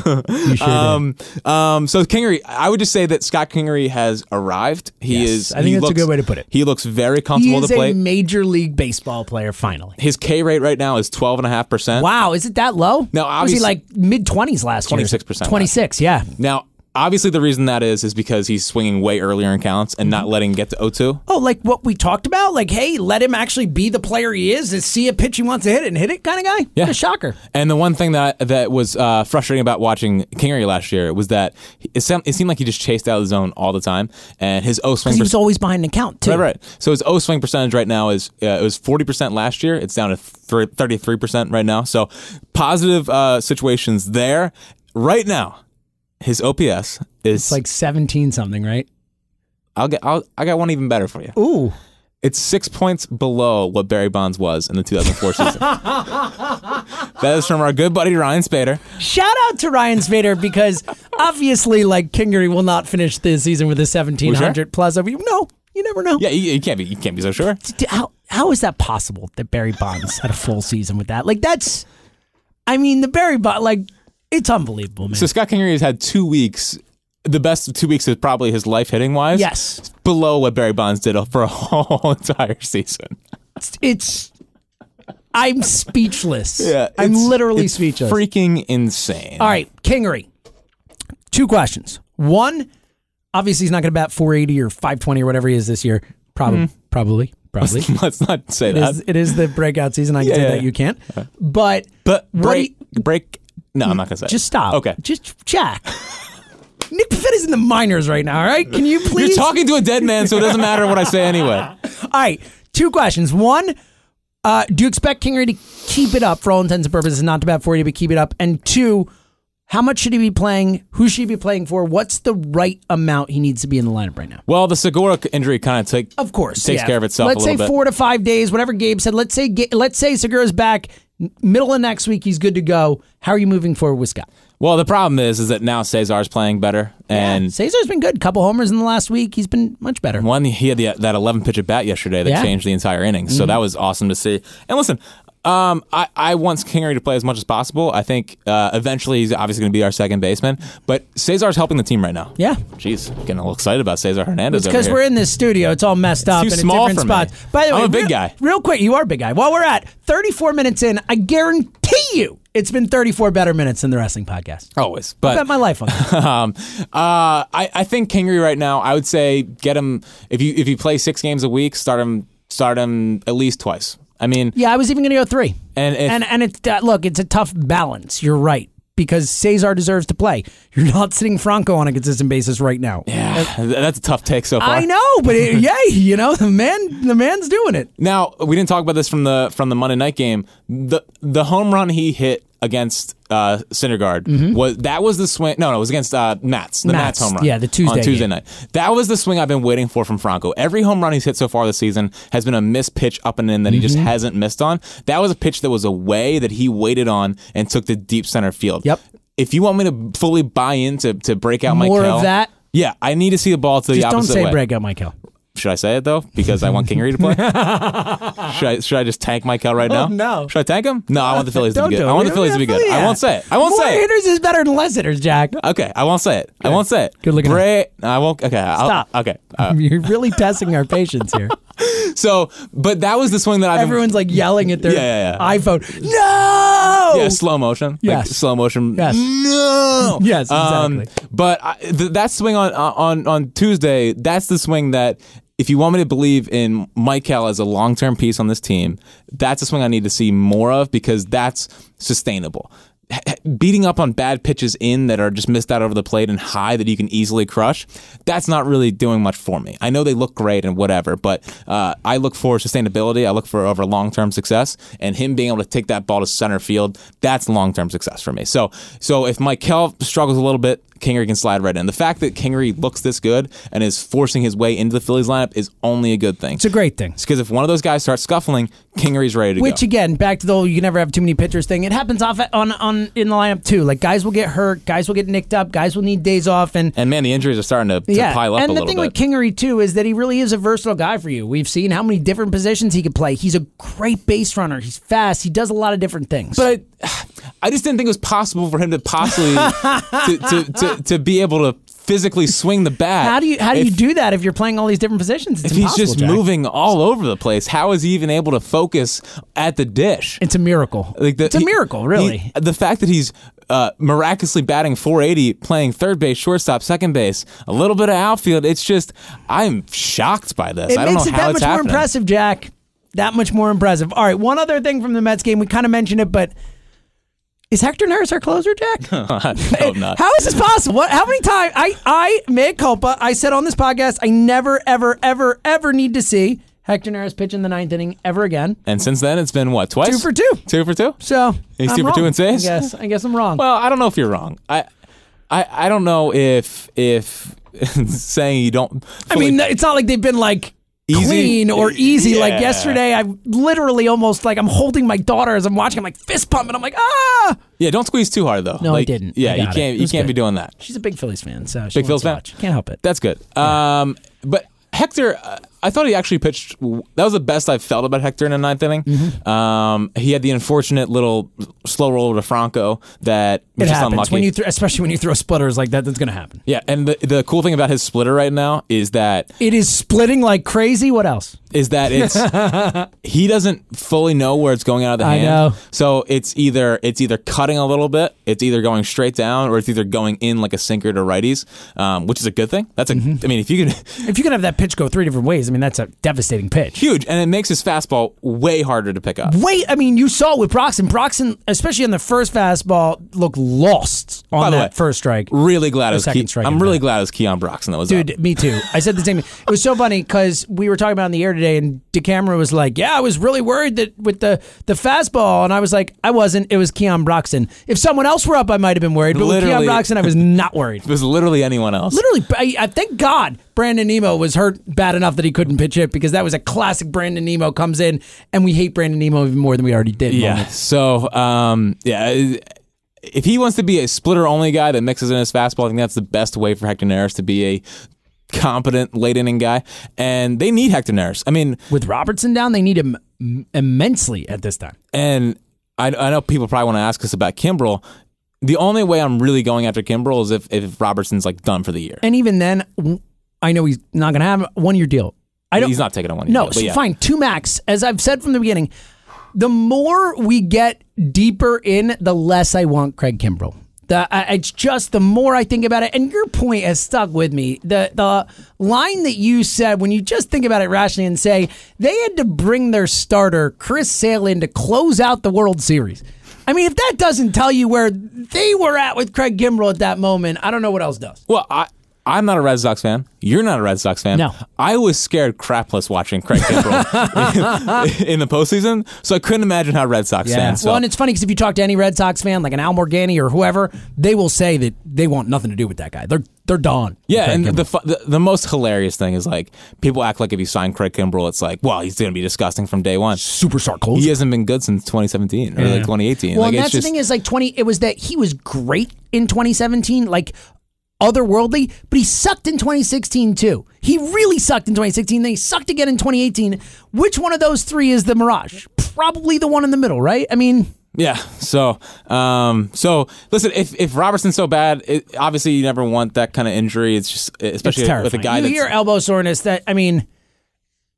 [SPEAKER 3] sure did.
[SPEAKER 2] Um, um, so Kingery, I would just say that Scott Kingery has arrived. He
[SPEAKER 3] Yes,
[SPEAKER 2] is.
[SPEAKER 3] I think
[SPEAKER 2] he
[SPEAKER 3] that's a
[SPEAKER 2] looks-
[SPEAKER 3] good way to put it.
[SPEAKER 2] He looks very
[SPEAKER 3] He
[SPEAKER 2] comfortable
[SPEAKER 3] is
[SPEAKER 2] to play.
[SPEAKER 3] a major league baseball player. Finally.
[SPEAKER 2] His K rate right now is twelve and a half percent.
[SPEAKER 3] Wow, is it that low?
[SPEAKER 2] No,
[SPEAKER 3] was he
[SPEAKER 2] obviously-
[SPEAKER 3] like mid twenties last year?
[SPEAKER 2] 26% last
[SPEAKER 3] Twenty six. Yeah.
[SPEAKER 2] Now, obviously, the reason that is is because he's swinging way earlier in counts and
[SPEAKER 3] Mm-hmm.
[SPEAKER 2] not letting get to 0-2.
[SPEAKER 3] Oh, like what we talked about? Like, hey, let him actually be the player he is and see a pitch he wants to hit it and hit it kind of guy?
[SPEAKER 2] Yeah.
[SPEAKER 3] What a shocker.
[SPEAKER 2] And the one thing that that was uh, frustrating about watching Kingery last year was that it, sem- it seemed like he just chased out of the zone all the time, and his O swing.
[SPEAKER 3] Because he
[SPEAKER 2] perc-
[SPEAKER 3] was always behind an account, too.
[SPEAKER 2] Right, right. So his O swing percentage right now is uh, it was forty percent last year. It's down to thirty three percent right now. So positive uh, situations there. Right now, his OPS is
[SPEAKER 3] It's like 17 something, right?
[SPEAKER 2] I'll get I'll, I got one even better for you.
[SPEAKER 3] Ooh.
[SPEAKER 2] It's six points below what Barry Bonds was in the 2004 season. that is from our good buddy Ryan Spader.
[SPEAKER 3] Shout out to Ryan Spader because obviously, like, Kingery will not finish the season with a 1,700 plus. I mean, no, you never know.
[SPEAKER 2] Yeah, you, you can't be you can't be so sure.
[SPEAKER 3] D- How, how is that possible that Barry Bonds had a full season with that? Like, that's, I mean, the Barry Bonds, like, it's unbelievable, man.
[SPEAKER 2] So Scott Kingery has had two weeks, the best two weeks is probably his life hitting wise.
[SPEAKER 3] Yes.
[SPEAKER 2] below what Barry Bonds did for a whole entire season.
[SPEAKER 3] it's, I'm speechless. I'm
[SPEAKER 2] it's-
[SPEAKER 3] literally
[SPEAKER 2] it's
[SPEAKER 3] speechless.
[SPEAKER 2] Freaking insane.
[SPEAKER 3] All right, Kingery. Two questions. One, obviously he's not going to bat 480 or 520 or whatever he is this year. Probably,
[SPEAKER 2] Mm-hmm.
[SPEAKER 3] probably, probably.
[SPEAKER 2] let's not say
[SPEAKER 3] It
[SPEAKER 2] that.
[SPEAKER 3] is, it is the breakout season. I can
[SPEAKER 2] Yeah,
[SPEAKER 3] say
[SPEAKER 2] yeah,
[SPEAKER 3] that
[SPEAKER 2] yeah.
[SPEAKER 3] you can't. But
[SPEAKER 2] but
[SPEAKER 3] what
[SPEAKER 2] break break. No, I'm not gonna say. it.
[SPEAKER 3] just stop.
[SPEAKER 2] Okay.
[SPEAKER 3] just Jack. Nick Pavetta's in the minors right now. All right, can you please?
[SPEAKER 2] You're talking to a dead man, so it doesn't matter what I say anyway.
[SPEAKER 3] All right, two questions. One, uh, do you expect Kingery to keep it up for all intents and purposes, not to bat 40, but keep it up? And two, how much should he be playing? Who should he be playing for? What's the right amount he needs to be in the lineup right now?
[SPEAKER 2] Well, the Segura injury kind of took
[SPEAKER 3] Of course,
[SPEAKER 2] takes
[SPEAKER 3] yeah.
[SPEAKER 2] care of itself.
[SPEAKER 3] Let's
[SPEAKER 2] a little
[SPEAKER 3] say
[SPEAKER 2] bit.
[SPEAKER 3] four to five days, whatever Gabe said. Let's say Ga- let's say Segura's back n- middle of next week. He's good to go. How are you moving forward with Scott?
[SPEAKER 2] Well, the problem is, is that now Cesar's playing better, and
[SPEAKER 3] Cesar's been good. Couple homers in the last week. He's been much better.
[SPEAKER 2] one he had the, that 11 pitch at bat yesterday that
[SPEAKER 3] Yeah. Mm-hmm.
[SPEAKER 2] changed the entire inning, so that was awesome to see. And listen, um, I I want Kingery to play as much as possible. I think uh, eventually he's obviously going to be our second baseman, but Cesar's helping the team right now.
[SPEAKER 3] Yeah.
[SPEAKER 2] jeez, getting a little excited about Cesar Hernandez
[SPEAKER 3] It's
[SPEAKER 2] over
[SPEAKER 3] because
[SPEAKER 2] here.
[SPEAKER 3] we're in this studio. It's all messed up
[SPEAKER 2] too
[SPEAKER 3] and in
[SPEAKER 2] small
[SPEAKER 3] different
[SPEAKER 2] for me.
[SPEAKER 3] spots. By the way,
[SPEAKER 2] I'm a big
[SPEAKER 3] real,
[SPEAKER 2] guy.
[SPEAKER 3] Real quick, you are a big guy. While we're at 34 minutes in, I guarantee you It's been 34 better minutes than the wrestling podcast.
[SPEAKER 2] Always, but
[SPEAKER 3] Bet my life on it.
[SPEAKER 2] um, uh, I, I think Kingery right now. I would say get him if you if you play six games a week, start him start him at least twice. I mean,
[SPEAKER 3] Yeah, I was even going to go three.
[SPEAKER 2] And if-
[SPEAKER 3] and and it's uh, look, it's a tough balance. You're right because Cesar deserves to play. You're not sitting Franco on a consistent basis right now.
[SPEAKER 2] that's a tough take so far.
[SPEAKER 3] I know, but it, yay, you know the man, the man's doing it.
[SPEAKER 2] Now we didn't talk about this from the from the Monday night game. The the home run he hit against uh, Syndergaard was that was the swing. No, no, it was against uh, Mats. The
[SPEAKER 3] Mm-hmm.
[SPEAKER 2] Mats,
[SPEAKER 3] Mats,
[SPEAKER 2] home run.
[SPEAKER 3] yeah, the Tuesday
[SPEAKER 2] on Tuesday
[SPEAKER 3] game.
[SPEAKER 2] night. That was the swing I've been waiting for from Franco. Every home run he's hit so far this season has been a missed pitch up and in that he just
[SPEAKER 3] Mm-hmm.
[SPEAKER 2] hasn't missed on. That was a pitch that was away that he waited on and took to deep center field.
[SPEAKER 3] Yep.
[SPEAKER 2] If you want me to fully buy into to break out
[SPEAKER 3] More of
[SPEAKER 2] Mikel-
[SPEAKER 3] that?
[SPEAKER 2] Yeah, I need to see the ball to the
[SPEAKER 3] Just don't
[SPEAKER 2] opposite
[SPEAKER 3] say
[SPEAKER 2] way.
[SPEAKER 3] break up, Michael.
[SPEAKER 2] Should I say it though? Because I want Kingery to play. should I should I just tank Michael right now?
[SPEAKER 3] Oh, no.
[SPEAKER 2] Should I tank him? No, I want the Phillies to
[SPEAKER 3] Don't
[SPEAKER 2] be good.
[SPEAKER 3] do it.
[SPEAKER 2] I want the
[SPEAKER 3] We-
[SPEAKER 2] Phillies to be good. I
[SPEAKER 3] yeah.
[SPEAKER 2] won't say it. I won't
[SPEAKER 3] More
[SPEAKER 2] say it. Uh,
[SPEAKER 3] hitters is better than less hitters, Jack.
[SPEAKER 2] Okay, I won't say it. I won't say it.
[SPEAKER 3] Good looking
[SPEAKER 2] Bra- I won't. Okay, I'll,
[SPEAKER 3] Stop.
[SPEAKER 2] Okay. Uh,
[SPEAKER 3] You're really testing our patience here.
[SPEAKER 2] so, but that was the swing that I've been
[SPEAKER 3] Everyone's like yelling at their
[SPEAKER 2] Yeah, yeah, yeah.
[SPEAKER 3] iPhone. No.
[SPEAKER 2] Yeah, slow motion. Like
[SPEAKER 3] Yes.
[SPEAKER 2] slow motion.
[SPEAKER 3] Yes.
[SPEAKER 2] No.
[SPEAKER 3] Yes,
[SPEAKER 2] Um,
[SPEAKER 3] exactly.
[SPEAKER 2] but I, th- that swing on uh, on on Tuesday, that's the swing that if you want me to believe in Michael as a long term piece on this team, that's a swing I need to see more of because that's sustainable. H- h- Beating up on bad pitches in that are just missed out over the plate and high that you can easily crush, that's not really doing much for me. I know they look great and whatever, but uh, I look for sustainability. I look for over long term success, and him being able to take that ball to center field, that's long term success for me. So, so if Mikel struggles a little bit, Kingery can slide right in. The fact that Kingery looks this good and is forcing his way into the Phillies lineup is only a good thing.
[SPEAKER 3] It's a great thing.
[SPEAKER 2] Because if one of those guys starts scuffling, Kingery's ready to
[SPEAKER 3] Which
[SPEAKER 2] go.
[SPEAKER 3] again, back to the whole you can never have too many pitchers thing. It happens off on on in the lineup too. Like guys will get hurt, guys will get nicked up, guys will need days off, and
[SPEAKER 2] And man, the injuries are starting to, to
[SPEAKER 3] yeah.
[SPEAKER 2] pile up
[SPEAKER 3] and
[SPEAKER 2] a
[SPEAKER 3] the
[SPEAKER 2] little
[SPEAKER 3] thing
[SPEAKER 2] bit.
[SPEAKER 3] with Kingery too is that he really is a versatile guy for you. We've seen how many different positions he could play. He's a great base runner. He's fast. He does a lot of different things.
[SPEAKER 2] but I, I just didn't think it was possible for him to possibly to, to, to, to be able to physically swing the bat.
[SPEAKER 3] how do you how do
[SPEAKER 2] If-
[SPEAKER 3] you do that if you're playing all these different positions? It's
[SPEAKER 2] If he's
[SPEAKER 3] impossible,
[SPEAKER 2] just
[SPEAKER 3] Jack.
[SPEAKER 2] moving all over the place, how is he even able to focus at the dish?
[SPEAKER 3] It's a miracle.
[SPEAKER 2] Like the-
[SPEAKER 3] it's a
[SPEAKER 2] he-
[SPEAKER 3] miracle,
[SPEAKER 2] he-
[SPEAKER 3] really.
[SPEAKER 2] the fact that he's uh, miraculously batting 480, playing third base, shortstop, second base, a little bit of outfield. It's just I'm shocked by this.
[SPEAKER 3] It
[SPEAKER 2] I don't
[SPEAKER 3] makes
[SPEAKER 2] know
[SPEAKER 3] it
[SPEAKER 2] how
[SPEAKER 3] that
[SPEAKER 2] it's
[SPEAKER 3] much more
[SPEAKER 2] happening.
[SPEAKER 3] impressive, Jack. That much more impressive. All right, one other thing from the Mets game. We kind of mentioned it, but is Hector Neris our closer, Jack?
[SPEAKER 2] I hope not.
[SPEAKER 3] How is this possible? What, how many times? I, I, mea culpa, I said on this podcast, I never, ever, ever, ever need to see Hector Neris pitch in the ninth inning ever again.
[SPEAKER 2] and since then, it's been what twice?
[SPEAKER 3] Two for two.
[SPEAKER 2] Two for two.
[SPEAKER 3] So
[SPEAKER 2] He's
[SPEAKER 3] I'm
[SPEAKER 2] two for two
[SPEAKER 3] wrong,
[SPEAKER 2] in saves?
[SPEAKER 3] I guess. I guess I'm wrong.
[SPEAKER 2] Well, I don't know if you're wrong. I, I, I don't know if if saying you don't.
[SPEAKER 3] I mean, it's not like they've been like
[SPEAKER 2] Easy? E-,
[SPEAKER 3] clean or easy. Like
[SPEAKER 2] Yeah.
[SPEAKER 3] yesterday, I literally almost like I'm holding my daughter as I'm watching. I'm like fist pumping. I'm like ah.
[SPEAKER 2] yeah, don't squeeze too hard though.
[SPEAKER 3] No, I
[SPEAKER 2] Like,
[SPEAKER 3] didn't. I
[SPEAKER 2] Yeah, you
[SPEAKER 3] got it.
[SPEAKER 2] can't
[SPEAKER 3] It
[SPEAKER 2] you
[SPEAKER 3] was
[SPEAKER 2] can't
[SPEAKER 3] good.
[SPEAKER 2] be doing that.
[SPEAKER 3] She's a big Phillies fan, so she
[SPEAKER 2] Big Phillies
[SPEAKER 3] wants to
[SPEAKER 2] fan?
[SPEAKER 3] watch. Can't help it.
[SPEAKER 2] That's good. Um, but Hector, uh, I thought he actually pitched. That was the best I've felt about Hector in a ninth inning.
[SPEAKER 3] Mm-hmm.
[SPEAKER 2] Um, he had the unfortunate little slow roll to Franco that was
[SPEAKER 3] it
[SPEAKER 2] just
[SPEAKER 3] happens
[SPEAKER 2] unlucky.
[SPEAKER 3] when you, throw, especially when you throw splitters like that. That's gonna happen.
[SPEAKER 2] yeah, and the, the cool thing about his splitter right now is that
[SPEAKER 3] It is splitting like crazy. What else?
[SPEAKER 2] is that it's he doesn't fully know where it's going out of the
[SPEAKER 3] I
[SPEAKER 2] hand.
[SPEAKER 3] know.
[SPEAKER 2] So it's either it's either cutting a little bit, it's either going straight down, or it's either going in like a sinker to righties, um, which is a good thing. That's a I
[SPEAKER 3] Mm-hmm.
[SPEAKER 2] mean, if you could
[SPEAKER 3] If you can have that pitch go three different ways, I mean that's a devastating pitch.
[SPEAKER 2] huge, and it makes his fastball way harder to pick up.
[SPEAKER 3] Wait, I mean you saw with Broxton. Broxton, especially on the first fastball, looked lost on
[SPEAKER 2] By the
[SPEAKER 3] that
[SPEAKER 2] way,
[SPEAKER 3] first strike.
[SPEAKER 2] Really glad it was
[SPEAKER 3] second
[SPEAKER 2] Ke-
[SPEAKER 3] strike
[SPEAKER 2] I'm
[SPEAKER 3] of
[SPEAKER 2] really
[SPEAKER 3] that.
[SPEAKER 2] glad it was Keon Broxton that was
[SPEAKER 3] Dude,
[SPEAKER 2] up.
[SPEAKER 3] me too. I said the same thing. It was so funny because we were talking about it on the air today, and DeCamera was like, "Yeah, I was really worried that with the the fastball," and I was like, "I wasn't. It was Keon Broxton. If someone else were up, I might have been worried, but with Keon
[SPEAKER 2] Literally.
[SPEAKER 3] Broxton, I was not worried.
[SPEAKER 2] It was literally anyone else.
[SPEAKER 3] Literally, I, I thank God Brandon Nemo was hurt bad enough that he couldn't pitch it because that was a classic Brandon Nemo comes in, and we hate Brandon Nemo even more than we already did.
[SPEAKER 2] Yeah.
[SPEAKER 3] moment.
[SPEAKER 2] So, um, yeah, if he wants to be a splitter only guy that mixes in his fastball, I think that's the best way for Hector Neris to be a competent late inning guy. And they need Hector Neris. I mean,
[SPEAKER 3] With Robertson down, they need him m- immensely at this time.
[SPEAKER 2] and I, I know people probably want to ask us about Kimbrel. The only way I'm really going after Kimbrel is if, if Robertson's like done for the year.
[SPEAKER 3] And even then, w- I know he's not going to have one year deal. I don't.
[SPEAKER 2] He's not taking a one.
[SPEAKER 3] No,
[SPEAKER 2] but
[SPEAKER 3] so
[SPEAKER 2] yeah.
[SPEAKER 3] fine. Two max, as I've said from the beginning. the more we get deeper in, the less I want Craig Kimbrell. The, I, it's just the more I think about it, and your point has stuck with me. The the line that you said when you just think about it rationally and say they had to bring their starter Chris Sale in to close out the World Series. I mean, if that doesn't tell you where they were at with Craig Kimbrell at that moment, I don't know what else does.
[SPEAKER 2] Well, I. I'm not a Red Sox fan. You're not a Red Sox fan.
[SPEAKER 3] No.
[SPEAKER 2] I was scared crapless watching Craig Kimbrell in the postseason, so I couldn't imagine how Red Sox fans
[SPEAKER 3] Well,
[SPEAKER 2] felt.
[SPEAKER 3] and it's funny because if you talk to any Red Sox fan, like an Al Morgani or whoever, they will say that they want nothing to do with that guy. They're they're done.
[SPEAKER 2] Yeah, and the, fu- the the most hilarious thing is like people act like if you sign Craig Kimbrell, it's like, well, he's going to be disgusting from day one.
[SPEAKER 3] superstar cold.
[SPEAKER 2] He hasn't been good since 2017 or like 2018. like
[SPEAKER 3] Well, and
[SPEAKER 2] it's
[SPEAKER 3] that's
[SPEAKER 2] just,
[SPEAKER 3] the thing is like twenty. It was that he was great in 2017, like otherworldly, but he sucked in 2016 too. He really sucked in 2016. Then he sucked again in 2018. Which one of those three is the mirage? Probably the one in the middle, right? I mean,
[SPEAKER 2] Yeah. So, um, so listen, if, if Robertson's so bad, it, obviously you never want that kind of injury. It's just, especially
[SPEAKER 3] it's terrifying.
[SPEAKER 2] with a guy
[SPEAKER 3] you
[SPEAKER 2] that's,
[SPEAKER 3] hear elbow soreness. That I mean,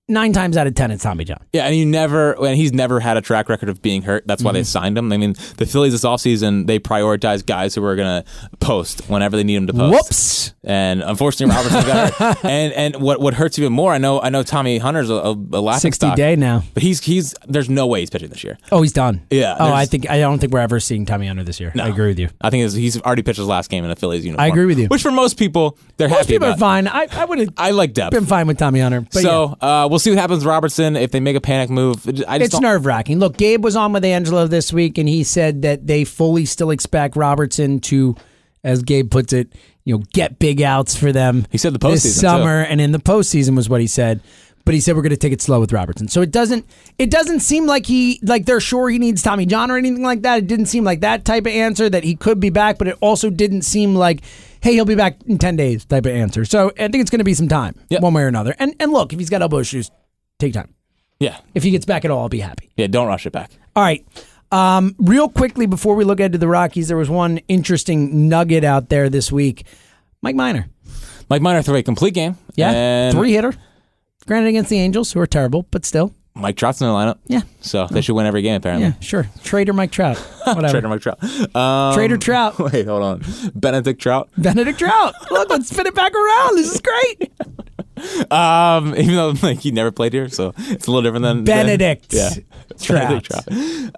[SPEAKER 3] nine times out of ten, it's Tommy John.
[SPEAKER 2] yeah, and you never, and he's never had a track record of being hurt. That's why
[SPEAKER 3] Mm-hmm.
[SPEAKER 2] they signed him. I mean, the Phillies this offseason, they prioritize guys who are going to post whenever they need them to post.
[SPEAKER 3] Whoops.
[SPEAKER 2] And unfortunately, Robertson got hurt. And, and what, what hurts even more, I know, I know Tommy Hunter's a, a, a laughing
[SPEAKER 3] 60 day now.
[SPEAKER 2] but he's, he's, there's no way he's pitching this year.
[SPEAKER 3] Oh, he's done.
[SPEAKER 2] Yeah,
[SPEAKER 3] Oh,
[SPEAKER 2] there's-
[SPEAKER 3] I think I don't think we're ever seeing Tommy Hunter this year. I agree with you.
[SPEAKER 2] I think it's- he's already pitched his last game in a Phillies uniform.
[SPEAKER 3] I agree with you.
[SPEAKER 2] Which for most people, they're
[SPEAKER 3] Most
[SPEAKER 2] happy
[SPEAKER 3] people
[SPEAKER 2] about.
[SPEAKER 3] are fine. I, I would have
[SPEAKER 2] I like depth.
[SPEAKER 3] been fine with Tommy Hunter. But yeah.
[SPEAKER 2] so uh, we'll see what happens, with Robertson. If they make a panic move, I just
[SPEAKER 3] It's
[SPEAKER 2] don't-
[SPEAKER 3] nerve wracking. Look, Gabe was on with Angelo this week, and he said that they fully still expect Robertson to, as Gabe puts it, you know, get big outs for them.
[SPEAKER 2] He said the postseason,
[SPEAKER 3] this
[SPEAKER 2] too.
[SPEAKER 3] summer, and in the postseason was what he said. But he said we're going to take it slow with Robertson. So it doesn't it doesn't seem like he like they're sure he needs Tommy John or anything like that. It didn't seem like that type of answer that he could be back, but it also didn't seem like hey he'll be back in ten days type of answer. So I think it's going to be some time,
[SPEAKER 2] Yeah.
[SPEAKER 3] one way or another. And and look, if he's got elbow issues, take time.
[SPEAKER 2] Yeah,
[SPEAKER 3] If he gets back at all, I'll be happy.
[SPEAKER 2] yeah. Don't rush it back.
[SPEAKER 3] All right. Um, real quickly before we look ahead to the Rockies, there was one interesting nugget out there this week. Mike Miner.
[SPEAKER 2] Mike Minor threw a complete game. and
[SPEAKER 3] Three hitter. Granted against the Angels, who are terrible, but still.
[SPEAKER 2] Mike Trout's in the lineup.
[SPEAKER 3] Yeah.
[SPEAKER 2] so they should win every game apparently.
[SPEAKER 3] Yeah, sure. Trader Mike Trout. Whatever.
[SPEAKER 2] Trader Mike Trout. Um,
[SPEAKER 3] Trader Trout.
[SPEAKER 2] Wait, hold on. Benedict Trout.
[SPEAKER 3] Benedict Trout. Look, let's spin it back around. This is great.
[SPEAKER 2] Um, even though like he never played here, so it's a little different than
[SPEAKER 3] Benedict
[SPEAKER 2] than- yeah,
[SPEAKER 3] Trout.
[SPEAKER 2] Benedict Trout.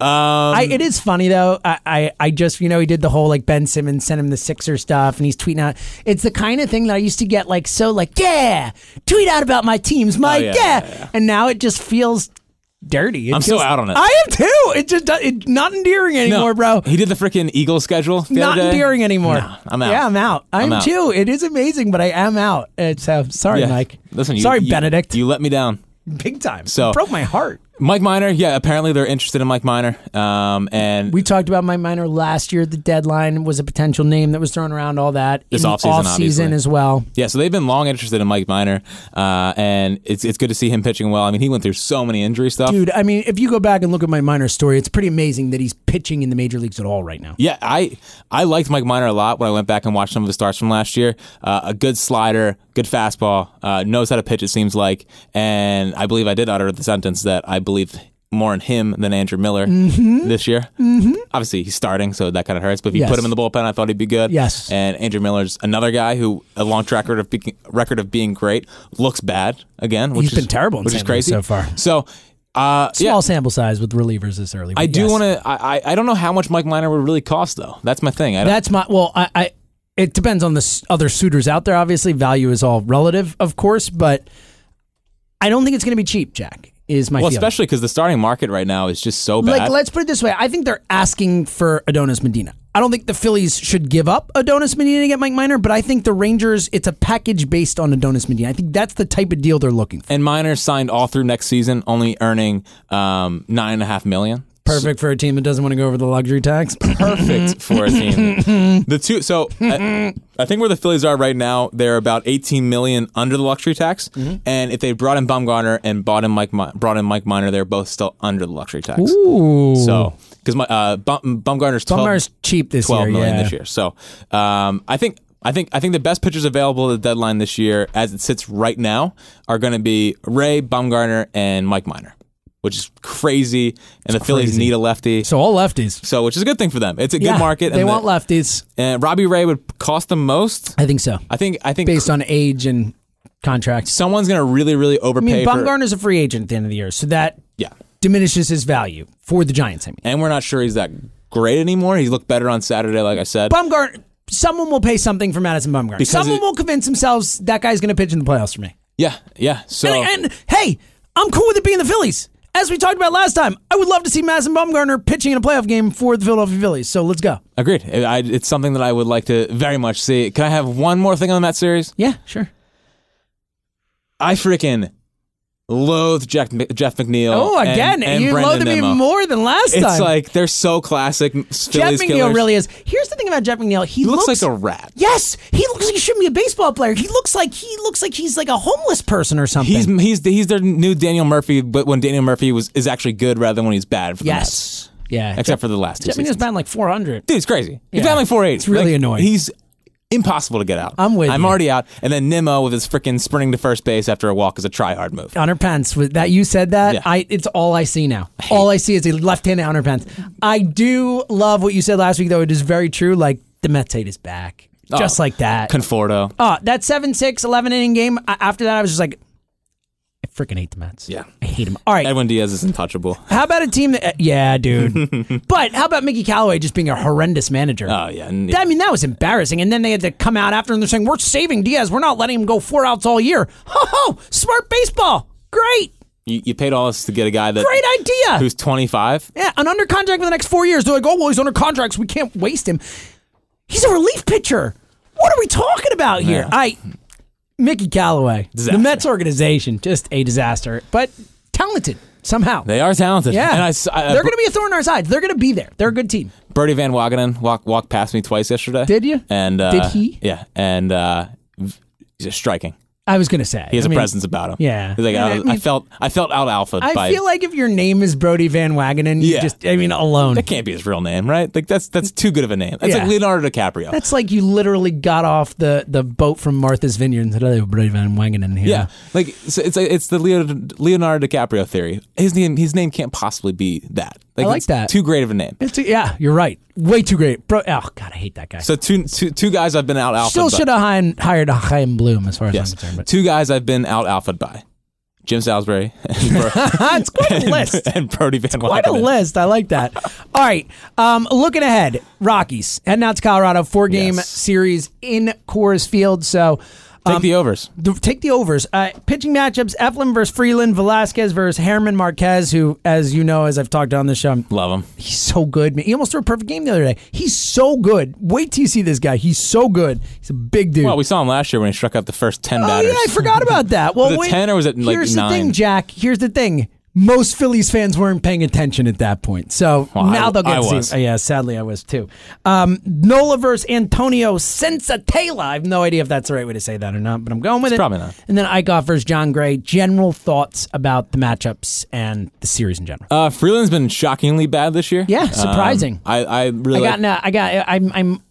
[SPEAKER 2] Um,
[SPEAKER 3] I, it is funny though. I, I, I just you know he did the whole like Ben Simmons sent him the Sixer stuff, and he's tweeting out. It's the kind of thing that I used to get like so like yeah, tweet out about my teams, Mike
[SPEAKER 2] Oh, yeah,
[SPEAKER 3] yeah,
[SPEAKER 2] yeah, yeah.
[SPEAKER 3] and now it just feels dirty. It
[SPEAKER 2] I'm so
[SPEAKER 3] feels-
[SPEAKER 2] out on it.
[SPEAKER 3] I am too. It just does- it, not endearing
[SPEAKER 2] no,
[SPEAKER 3] anymore, bro.
[SPEAKER 2] He did the freaking Eagle schedule. The
[SPEAKER 3] Not
[SPEAKER 2] other day.
[SPEAKER 3] endearing anymore.
[SPEAKER 2] Nah, I'm out.
[SPEAKER 3] Yeah, I'm out. I'm,
[SPEAKER 2] out.
[SPEAKER 3] too. It is amazing, but I am out. It's uh, sorry,
[SPEAKER 2] Yeah.
[SPEAKER 3] Mike.
[SPEAKER 2] Listen, you,
[SPEAKER 3] sorry,
[SPEAKER 2] you-
[SPEAKER 3] Benedict.
[SPEAKER 2] You let me down.
[SPEAKER 3] Big time.
[SPEAKER 2] So-
[SPEAKER 3] broke my heart.
[SPEAKER 2] Mike Miner, yeah, apparently they're interested in Mike Miner. Um, and
[SPEAKER 3] We talked about my minor last year. The deadline was a potential name that was thrown around. All that
[SPEAKER 2] This
[SPEAKER 3] in the
[SPEAKER 2] offseason, obviously.
[SPEAKER 3] as well.
[SPEAKER 2] yeah, so they've been long interested in Mike Miner, uh, and it's it's good to see him pitching well. I mean, he went through so many injury stuff.
[SPEAKER 3] Dude, I mean, if you go back and look at my minor story, it's pretty amazing that he's pitching in the major leagues at all right now.
[SPEAKER 2] Yeah, I I liked Mike Miner a lot when I went back and watched some of the starts from last year. Uh, a good slider, good fastball, uh, knows how to pitch. It seems like, and I believe I did utter the sentence that I believe more in him than Andrew Miller this year. Mm-hmm. Obviously, he's starting, so that kind of hurts. But if you
[SPEAKER 3] Yes.
[SPEAKER 2] put him in the bullpen, I thought he'd be good.
[SPEAKER 3] Yes.
[SPEAKER 2] and Andrew Miller's another guy who a long track record of be- record of being great looks bad again. Which
[SPEAKER 3] He's
[SPEAKER 2] is,
[SPEAKER 3] been terrible in
[SPEAKER 2] which is
[SPEAKER 3] San Luis
[SPEAKER 2] crazy
[SPEAKER 3] so far.
[SPEAKER 2] So. Uh, yeah,
[SPEAKER 3] Small sample size with relievers this early.
[SPEAKER 2] I do want to. I, I I don't know how much Mike Miner would really cost though. That's my thing. I don't,
[SPEAKER 3] That's my well. I, I it depends on the s- other suitors out there. Obviously, value is all relative, of course, but I don't think it's going to be cheap. Jack is my
[SPEAKER 2] well,
[SPEAKER 3] feeling.
[SPEAKER 2] especially because the starting market right now is just so bad.
[SPEAKER 3] Like, let's put it this way. I think they're asking for Adonis Medina. I don't think the Phillies should give up Adonis Medina to get Mike Miner, but I think the Rangers, it's a package based on Adonis Medina. I think that's the type of deal they're looking for.
[SPEAKER 2] and Miner signed all through next season, only earning um, nine and a half million.
[SPEAKER 3] Perfect for a team that doesn't want to go over the luxury tax.
[SPEAKER 2] Perfect for a team. the two. So I, I think where the Phillies are right now, they're about 18 million under the luxury tax.
[SPEAKER 3] Mm-hmm.
[SPEAKER 2] And if they brought in Bumgarner and bought in Mike, Mi- brought in Mike Miner, they're both still under the luxury tax.
[SPEAKER 3] Ooh.
[SPEAKER 2] So because uh, Bum, Bumgarner's 12,
[SPEAKER 3] Bumgarner's cheap this
[SPEAKER 2] Twelve
[SPEAKER 3] year,
[SPEAKER 2] million
[SPEAKER 3] yeah.
[SPEAKER 2] this year. So um, I think I think I think the best pitchers available at the deadline this year, as it sits right now, are going to be Ray Bumgarner and Mike Miner. which is crazy. And the Phillies need a lefty.
[SPEAKER 4] So all lefties.
[SPEAKER 2] So, which is a good thing for them. It's a
[SPEAKER 3] Yeah,
[SPEAKER 2] good market.
[SPEAKER 3] They
[SPEAKER 2] and
[SPEAKER 3] want
[SPEAKER 2] the,
[SPEAKER 3] lefties.
[SPEAKER 2] And Robbie Ray would cost them most.
[SPEAKER 3] I think so.
[SPEAKER 2] I think. I think
[SPEAKER 3] Based on age and contracts.
[SPEAKER 2] someone's going to really, really
[SPEAKER 3] I mean,
[SPEAKER 2] overpay. for-
[SPEAKER 3] Bumgarner's a free agent at the end of the year, so that
[SPEAKER 2] yeah,
[SPEAKER 3] diminishes his value for the Giants. I mean,
[SPEAKER 2] and we're not sure he's that great anymore. He looked better on Saturday, like I said.
[SPEAKER 3] Bumgarner. Someone will pay something for Madison Bumgarner. someone
[SPEAKER 2] it-
[SPEAKER 3] will convince themselves that guy's going to pitch in the playoffs for me.
[SPEAKER 2] yeah, yeah. So
[SPEAKER 3] And, and hey, I'm cool with it being the Phillies. As we talked about last time, I would love to see Madison Bumgarner pitching in a playoff game for the Philadelphia Phillies. So let's go.
[SPEAKER 2] agreed. It- I, it's something that I would like to very much see. Can I have one more thing on that series?
[SPEAKER 3] Yeah, sure.
[SPEAKER 2] I freaking loathe Jeff, Jeff McNeil.
[SPEAKER 3] Oh,
[SPEAKER 2] and-
[SPEAKER 3] again,
[SPEAKER 2] and
[SPEAKER 3] you
[SPEAKER 2] Brandon
[SPEAKER 3] loathe me
[SPEAKER 2] Nimmo.
[SPEAKER 3] more than last
[SPEAKER 2] It's
[SPEAKER 3] time.
[SPEAKER 2] like they're so classic.
[SPEAKER 3] Jeff
[SPEAKER 2] Phillies
[SPEAKER 3] McNeil
[SPEAKER 2] killers.
[SPEAKER 3] really is. Here's the thing about Jeff McNeil. He,
[SPEAKER 2] He looks, like a rat.
[SPEAKER 3] Yes, he looks like he shouldn't be a baseball player. He looks like he looks like he's like a homeless person or something.
[SPEAKER 2] He's he's he's their new Daniel Murphy, but when Daniel Murphy was is actually good rather than when he's bad. For the Mets,
[SPEAKER 3] yes. Yeah.
[SPEAKER 2] except for the last two
[SPEAKER 3] Jeff McNeil's
[SPEAKER 2] seasons.
[SPEAKER 3] batting like 400.
[SPEAKER 2] Dude, it's crazy. He's
[SPEAKER 3] Yeah.
[SPEAKER 2] down like 480.
[SPEAKER 3] It's really
[SPEAKER 2] Like,
[SPEAKER 3] annoying.
[SPEAKER 2] He's impossible to get out.
[SPEAKER 3] I'm with
[SPEAKER 2] I'm
[SPEAKER 3] you.
[SPEAKER 2] already out. And then Nimmo with his freaking sprinting to first base after a walk is a try hard move.
[SPEAKER 3] Hunter Pence was that you said that
[SPEAKER 2] Yeah.
[SPEAKER 3] I it's all I see now. all I see is a left-handed Hunter Pence. I do love what you said last week though. It is very true. Like the Mets hate is back,
[SPEAKER 2] Oh.
[SPEAKER 3] just like that.
[SPEAKER 2] Conforto.
[SPEAKER 3] oh, that 7-6, 11 inning game. I, after that, I was just like, I freaking hate the Mets.
[SPEAKER 2] Yeah.
[SPEAKER 3] I hate them. All right,
[SPEAKER 2] Edwin Diaz is untouchable.
[SPEAKER 3] how about a team that? uh, yeah, dude. but how about Mickey Callaway just being a horrendous manager?
[SPEAKER 2] Oh yeah. and-
[SPEAKER 3] I mean, that was embarrassing. And then they had to come out after and they're saying, We're saving Diaz. We're not letting him go four outs all year. Ho ho! Smart baseball. Great.
[SPEAKER 2] You, you paid all this to get a guy that
[SPEAKER 3] Great idea.
[SPEAKER 2] who's 25.
[SPEAKER 3] Yeah, and under contract for the next four years. They're like, oh, well, he's under contract, so we can't waste him. He's a relief pitcher. What are we talking about here?
[SPEAKER 2] Yeah.
[SPEAKER 3] I, Mickey Callaway,
[SPEAKER 2] Disaster.
[SPEAKER 3] the Mets organization, just a disaster, but talented somehow.
[SPEAKER 2] They are talented.
[SPEAKER 3] yeah,
[SPEAKER 2] And I, s- I- I-
[SPEAKER 3] they're going to be a thorn in our side. They're going to be there. They're a good team.
[SPEAKER 2] Bertie Van Wagenen walked walked past me twice yesterday.
[SPEAKER 3] Did you?
[SPEAKER 2] And uh,
[SPEAKER 3] Did he?
[SPEAKER 2] Yeah. And uh, v- he's just striking.
[SPEAKER 3] I was going to say
[SPEAKER 2] He has
[SPEAKER 3] a
[SPEAKER 2] a presence about him.
[SPEAKER 3] yeah.
[SPEAKER 2] He's like
[SPEAKER 3] Yeah,
[SPEAKER 2] I,
[SPEAKER 3] I
[SPEAKER 2] was- I
[SPEAKER 3] mean-
[SPEAKER 2] felt I felt out alpha.
[SPEAKER 3] I
[SPEAKER 2] by,
[SPEAKER 3] feel like if your name is Brody Van Wagenen, you
[SPEAKER 2] Yeah.
[SPEAKER 3] just, I mean, alone.
[SPEAKER 2] that can't be his real name, right? Like that's that's too good of a name. That's
[SPEAKER 3] Yeah.
[SPEAKER 2] like Leonardo DiCaprio.
[SPEAKER 3] That's like you literally got off the, the boat from Martha's Vineyard and said, oh, Brody Van Wagenen here.
[SPEAKER 2] Yeah, like so it's like it's the Leo, Leonardo DiCaprio theory. His name his name can't possibly be that.
[SPEAKER 3] I like
[SPEAKER 2] it's
[SPEAKER 3] that.
[SPEAKER 2] Too great of a name.
[SPEAKER 3] It's yeah, you're right. Way too great, bro. Oh god, I hate that guy.
[SPEAKER 2] So two two two guys I've been out alpha.
[SPEAKER 3] Still
[SPEAKER 2] by,
[SPEAKER 3] should have hired, hired Chaim Bloom as far as
[SPEAKER 2] Yes,
[SPEAKER 3] I'm concerned. But
[SPEAKER 2] two guys I've been out alpha by. Jim Salisbury and, Bro-
[SPEAKER 3] it's quite a list.
[SPEAKER 2] and Brody Van Wagenen.
[SPEAKER 3] Quite a list. I like that. All right. Um, looking ahead, Rockies heading out to Colorado, four game
[SPEAKER 2] Yes.
[SPEAKER 3] series in Coors Field. So uh, Um,
[SPEAKER 2] Take the overs.
[SPEAKER 3] the, take the overs. Uh, pitching matchups: Eflin versus Freeland, Velasquez versus Herman Marquez, who, as you know, as I've talked on this show, I'm
[SPEAKER 2] Love him.
[SPEAKER 3] He's so good, man. He almost threw a perfect game the other day. He's so good. Wait till you see this guy. He's so good. He's a big dude.
[SPEAKER 2] Well, we saw him last year when he struck out the first ten
[SPEAKER 3] Oh
[SPEAKER 2] batters.
[SPEAKER 3] yeah, I forgot about that. Well,
[SPEAKER 2] it
[SPEAKER 3] wait,
[SPEAKER 2] 10 or was it, like,
[SPEAKER 3] here's the thing,
[SPEAKER 2] nine?
[SPEAKER 3] Jack. Here's the thing. Most Phillies fans weren't paying attention at that point, so
[SPEAKER 2] Well, I-
[SPEAKER 3] now they'll get
[SPEAKER 2] I
[SPEAKER 3] to see.
[SPEAKER 2] was.
[SPEAKER 3] uh, Yeah, sadly, I was too. Um, Nola versus Antonio Sensatela. I have no idea if that's the right way to say that or not, but I'm going with it.
[SPEAKER 2] probably not.
[SPEAKER 3] And then Eichhoff versus John Gray. General thoughts about the matchups and the series in general.
[SPEAKER 2] Uh, Freeland's been shockingly bad this year.
[SPEAKER 3] Yeah, surprising.
[SPEAKER 2] Um, I I really
[SPEAKER 3] I
[SPEAKER 2] like-
[SPEAKER 3] got, no, I got, I'm, I'm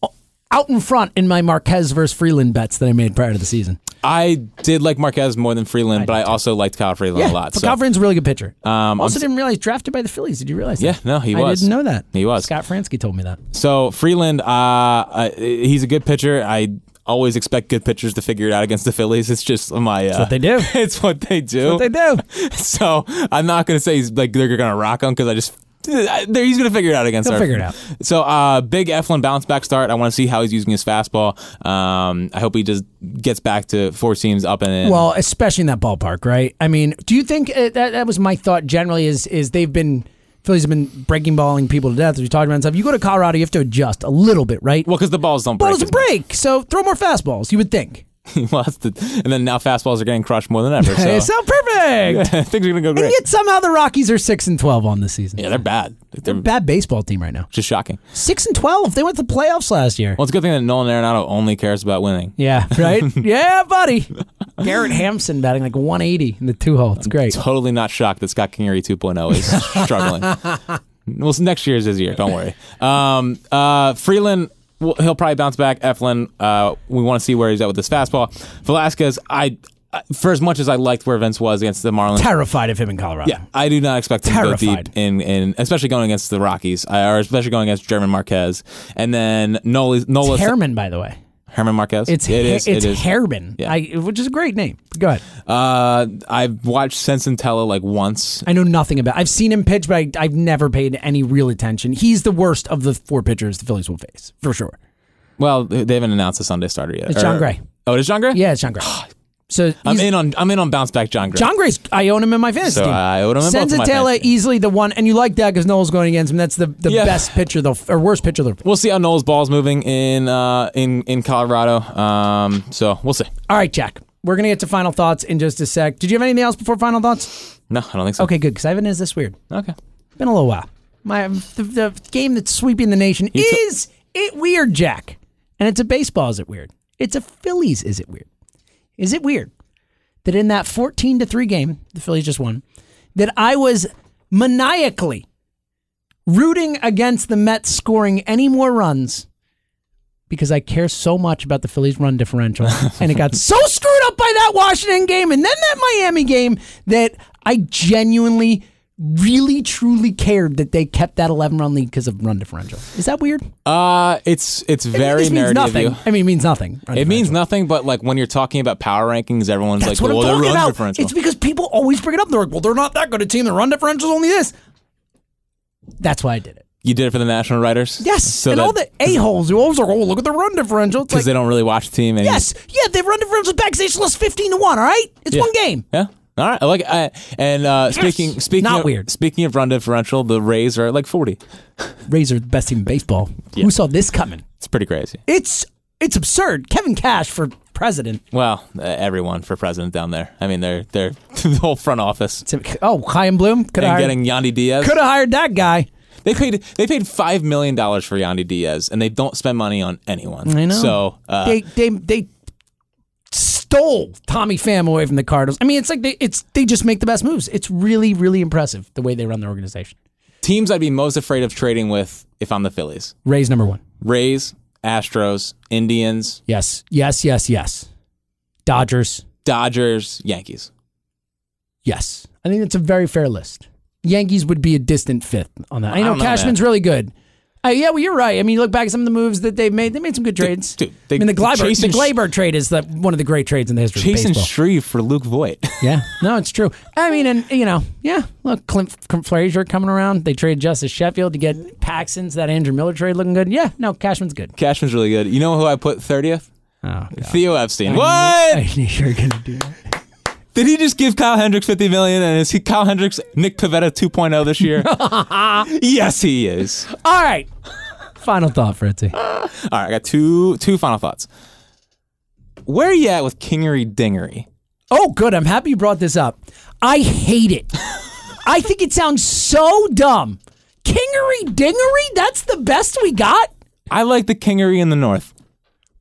[SPEAKER 3] out in front in my Marquez versus Freeland bets that I made prior to the season.
[SPEAKER 2] I did like Marquez more than Freeland, but I also liked Kyle Freeland a lot.
[SPEAKER 3] but
[SPEAKER 2] so-
[SPEAKER 3] Kyle Friend's a really good pitcher.
[SPEAKER 2] Um,
[SPEAKER 3] also,
[SPEAKER 2] I'm-
[SPEAKER 3] didn't realize drafted by the Phillies. Did you realize?
[SPEAKER 2] Yeah,
[SPEAKER 3] that?
[SPEAKER 2] no, he was.
[SPEAKER 3] I didn't know that.
[SPEAKER 2] He was.
[SPEAKER 3] Scott Fransky told me that.
[SPEAKER 2] So Freeland, uh, uh, he's a good pitcher. I always expect good pitchers to figure it out against the Phillies. It's just my. Uh,
[SPEAKER 3] what they do.
[SPEAKER 2] it's what they do.
[SPEAKER 3] But they do.
[SPEAKER 2] So I'm not gonna say he's like they're gonna rock him because I just. There, he's gonna figure it out against.
[SPEAKER 3] He'll
[SPEAKER 2] our-
[SPEAKER 3] figure it out.
[SPEAKER 2] So, uh, big Eflin bounce back start. I want to see how he's using his fastball. Um, I hope he just gets back to four seams up and in.
[SPEAKER 3] Well, especially in that ballpark, right? I mean, do you think uh, that that was my thought generally? Is is they've been Phillies have been breaking balling people to death. As we talked about and stuff. You go to Colorado, you have to adjust a little bit, right?
[SPEAKER 2] well, because the balls don't
[SPEAKER 3] ball
[SPEAKER 2] break.
[SPEAKER 3] doesn't break, so throw more fastballs. You would think.
[SPEAKER 2] well, that's the, and then now fastballs are getting crushed more than ever. So,
[SPEAKER 3] Hey, so perfect.
[SPEAKER 2] things are gonna go
[SPEAKER 3] And
[SPEAKER 2] great.
[SPEAKER 3] yet somehow the Rockies are six and twelve on the season.
[SPEAKER 2] Yeah, they're bad. They're
[SPEAKER 3] Bad baseball team right now.
[SPEAKER 2] just shocking.
[SPEAKER 3] Six and twelve. They went to the playoffs last year.
[SPEAKER 2] Well, it's a good thing that Nolan Arenado only cares about winning.
[SPEAKER 3] Yeah, right? yeah, buddy. Garrett Hampson batting like 180 in the two hole. It's great.
[SPEAKER 2] Totally not shocked that Scott Kingery 2.0 is struggling. Well, next year's his year. Don't worry. Um, uh, Freeland, well, he'll probably bounce back. Eflin, uh, we want to see where he's at with this fastball. Velasquez, I for as much as I liked where Vince was against the Marlins,
[SPEAKER 3] Terrified of him in Colorado.
[SPEAKER 2] yeah, I do not expect him to go
[SPEAKER 3] Terrified.
[SPEAKER 2] deep in, in especially going against the Rockies, I- or especially going against German Marquez, and then Nola, Nola
[SPEAKER 3] It's Herman, by the way.
[SPEAKER 2] Herman Marquez.
[SPEAKER 3] It's
[SPEAKER 2] it is.
[SPEAKER 3] it's
[SPEAKER 2] it is.
[SPEAKER 3] Herman,
[SPEAKER 2] Yeah.
[SPEAKER 3] I, which is a great name. Go ahead.
[SPEAKER 2] uh, I've watched Sense and Tella like once.
[SPEAKER 3] I know nothing about. I've seen him pitch, but I, I've never paid any real attention. He's the worst of the four pitchers the Phillies will face for sure.
[SPEAKER 2] Well, they haven't announced a Sunday starter yet.
[SPEAKER 3] It's
[SPEAKER 2] Or-
[SPEAKER 3] John Gray.
[SPEAKER 2] Oh, it is John Gray.
[SPEAKER 3] Yeah, it's John Gray. So
[SPEAKER 2] Ah, I'm
[SPEAKER 3] he's-
[SPEAKER 2] in on I'm in on bounce back John Gray.
[SPEAKER 3] John Gray's. I own him in my fantasy
[SPEAKER 2] So
[SPEAKER 3] team.
[SPEAKER 2] I own him in both of my
[SPEAKER 3] Sensatella
[SPEAKER 2] fantasy
[SPEAKER 3] easily the one, and you like that because Noel's going against him. That's the, the
[SPEAKER 2] Yeah.
[SPEAKER 3] best pitcher, the or worst pitcher. They'll,
[SPEAKER 2] We'll see how Noel's ball's moving in uh, in in Colorado. Um, so we'll see.
[SPEAKER 3] all right, Jack. We're gonna get to final thoughts in just a sec. Did you have anything else before final thoughts?
[SPEAKER 2] No, I don't think so.
[SPEAKER 3] Okay, good because I haven't. Is this weird?
[SPEAKER 2] Okay.
[SPEAKER 3] Been a little while. My the, the game that's sweeping the nation
[SPEAKER 2] t-
[SPEAKER 3] is it weird, Jack? And it's a baseball. Is it weird? It's a Phillies. Is it weird? Is it weird that in that fourteen to three game the Phillies just won, that I was maniacally rooting against the Mets scoring any more runs because I care so much about the Phillies' run differential, and it got so screwed up by that Washington game and then that Miami game that I genuinely. Really, truly cared that they kept that 11 run lead because of run differential. Is that weird?
[SPEAKER 2] Uh, it's it's very
[SPEAKER 3] this means
[SPEAKER 2] nerdy
[SPEAKER 3] nothing.
[SPEAKER 2] of you.
[SPEAKER 3] I mean, it means nothing. Run
[SPEAKER 2] It means nothing, but like when you're talking about power rankings, everyone's
[SPEAKER 3] That's
[SPEAKER 2] like,
[SPEAKER 3] what
[SPEAKER 2] "Well,
[SPEAKER 3] I'm
[SPEAKER 2] they're
[SPEAKER 3] talking
[SPEAKER 2] run
[SPEAKER 3] about.
[SPEAKER 2] differential."
[SPEAKER 3] It's because people always bring it up. They're like, well, they're not that good a team. Their run differential's only this. That's why I did it.
[SPEAKER 2] you did it for the national writers,
[SPEAKER 3] Yes.
[SPEAKER 2] So
[SPEAKER 3] and all the a-holes who always are, oh, look at the run differential. It's
[SPEAKER 2] because
[SPEAKER 3] like,
[SPEAKER 2] they don't really watch the team. And
[SPEAKER 3] yes. Yeah, the run differential's back because they just lost 15 to 1, all right? It's
[SPEAKER 2] Yeah.
[SPEAKER 3] one game.
[SPEAKER 2] Yeah. All right. I like. It. I, and uh, speaking speaking
[SPEAKER 3] Not
[SPEAKER 2] of,
[SPEAKER 3] weird.
[SPEAKER 2] Speaking of run differential, the Rays are at like 40.
[SPEAKER 3] Rays are the best team in baseball. Who saw this coming?
[SPEAKER 2] It's pretty crazy.
[SPEAKER 3] It's it's absurd. Kevin Cash for president.
[SPEAKER 2] Well, uh, everyone for president down there. I mean, they're they're the whole front office.
[SPEAKER 3] It's- Oh, Chaim Bloom. Could
[SPEAKER 2] and
[SPEAKER 3] have
[SPEAKER 2] getting Yandy Diaz.
[SPEAKER 3] hired, hired that guy.
[SPEAKER 2] They paid they paid five million dollars for Yandy Diaz, and they don't spend money on anyone.
[SPEAKER 3] I know.
[SPEAKER 2] So uh,
[SPEAKER 3] they they they stole Tommy Pham away from the Cardinals. I mean, it's like they it's they just make the best moves. It's really really impressive the way they run their organization.
[SPEAKER 2] teams I'd be most afraid of trading with if I'm the Phillies:
[SPEAKER 3] Rays number one.
[SPEAKER 2] Rays, Astros, Indians,
[SPEAKER 3] Yes, yes, yes, yes. Dodgers.
[SPEAKER 2] Dodgers, Yankees.
[SPEAKER 3] Yes, I think that's a very fair list. Yankees would be a distant fifth on that. I know
[SPEAKER 2] don't know,
[SPEAKER 3] Cashman's
[SPEAKER 2] man.
[SPEAKER 3] really good. Uh, yeah, well, you're right. I mean, you look back at some of the moves that they've made. They made some good trades.
[SPEAKER 2] dude, they-
[SPEAKER 3] I mean, the Gleyber, the
[SPEAKER 2] chasing-
[SPEAKER 3] Gleyber trade is the, one of the great trades in the history of
[SPEAKER 2] Jason
[SPEAKER 3] baseball.
[SPEAKER 2] Shreve for Luke Voigt.
[SPEAKER 3] Yeah, no, it's true. I mean, and you know, yeah. Look, Clint, Clint Frazier coming around. They traded Justice Sheffield to get Paxton's. That Andrew Miller trade looking good. Yeah, no, Cashman's good.
[SPEAKER 2] Cashman's really good. You know who I put thirtieth?
[SPEAKER 3] Oh,
[SPEAKER 2] Theo Epstein. What?
[SPEAKER 3] I knew you were gonna do that.
[SPEAKER 2] Did he just give Kyle Hendricks fifty million? And is he Kyle Hendricks Nick Pavetta 2.0 this year? yes, he is.
[SPEAKER 3] All right. Final thought, Fritzy.
[SPEAKER 2] All right, I got two two final thoughts. Where are you at with Kingery Dingery?
[SPEAKER 3] Oh, good. I'm happy you brought this up. I hate it. I think it sounds so dumb. Kingery dingery. That's the best we got.
[SPEAKER 2] I like the Kingery in the North.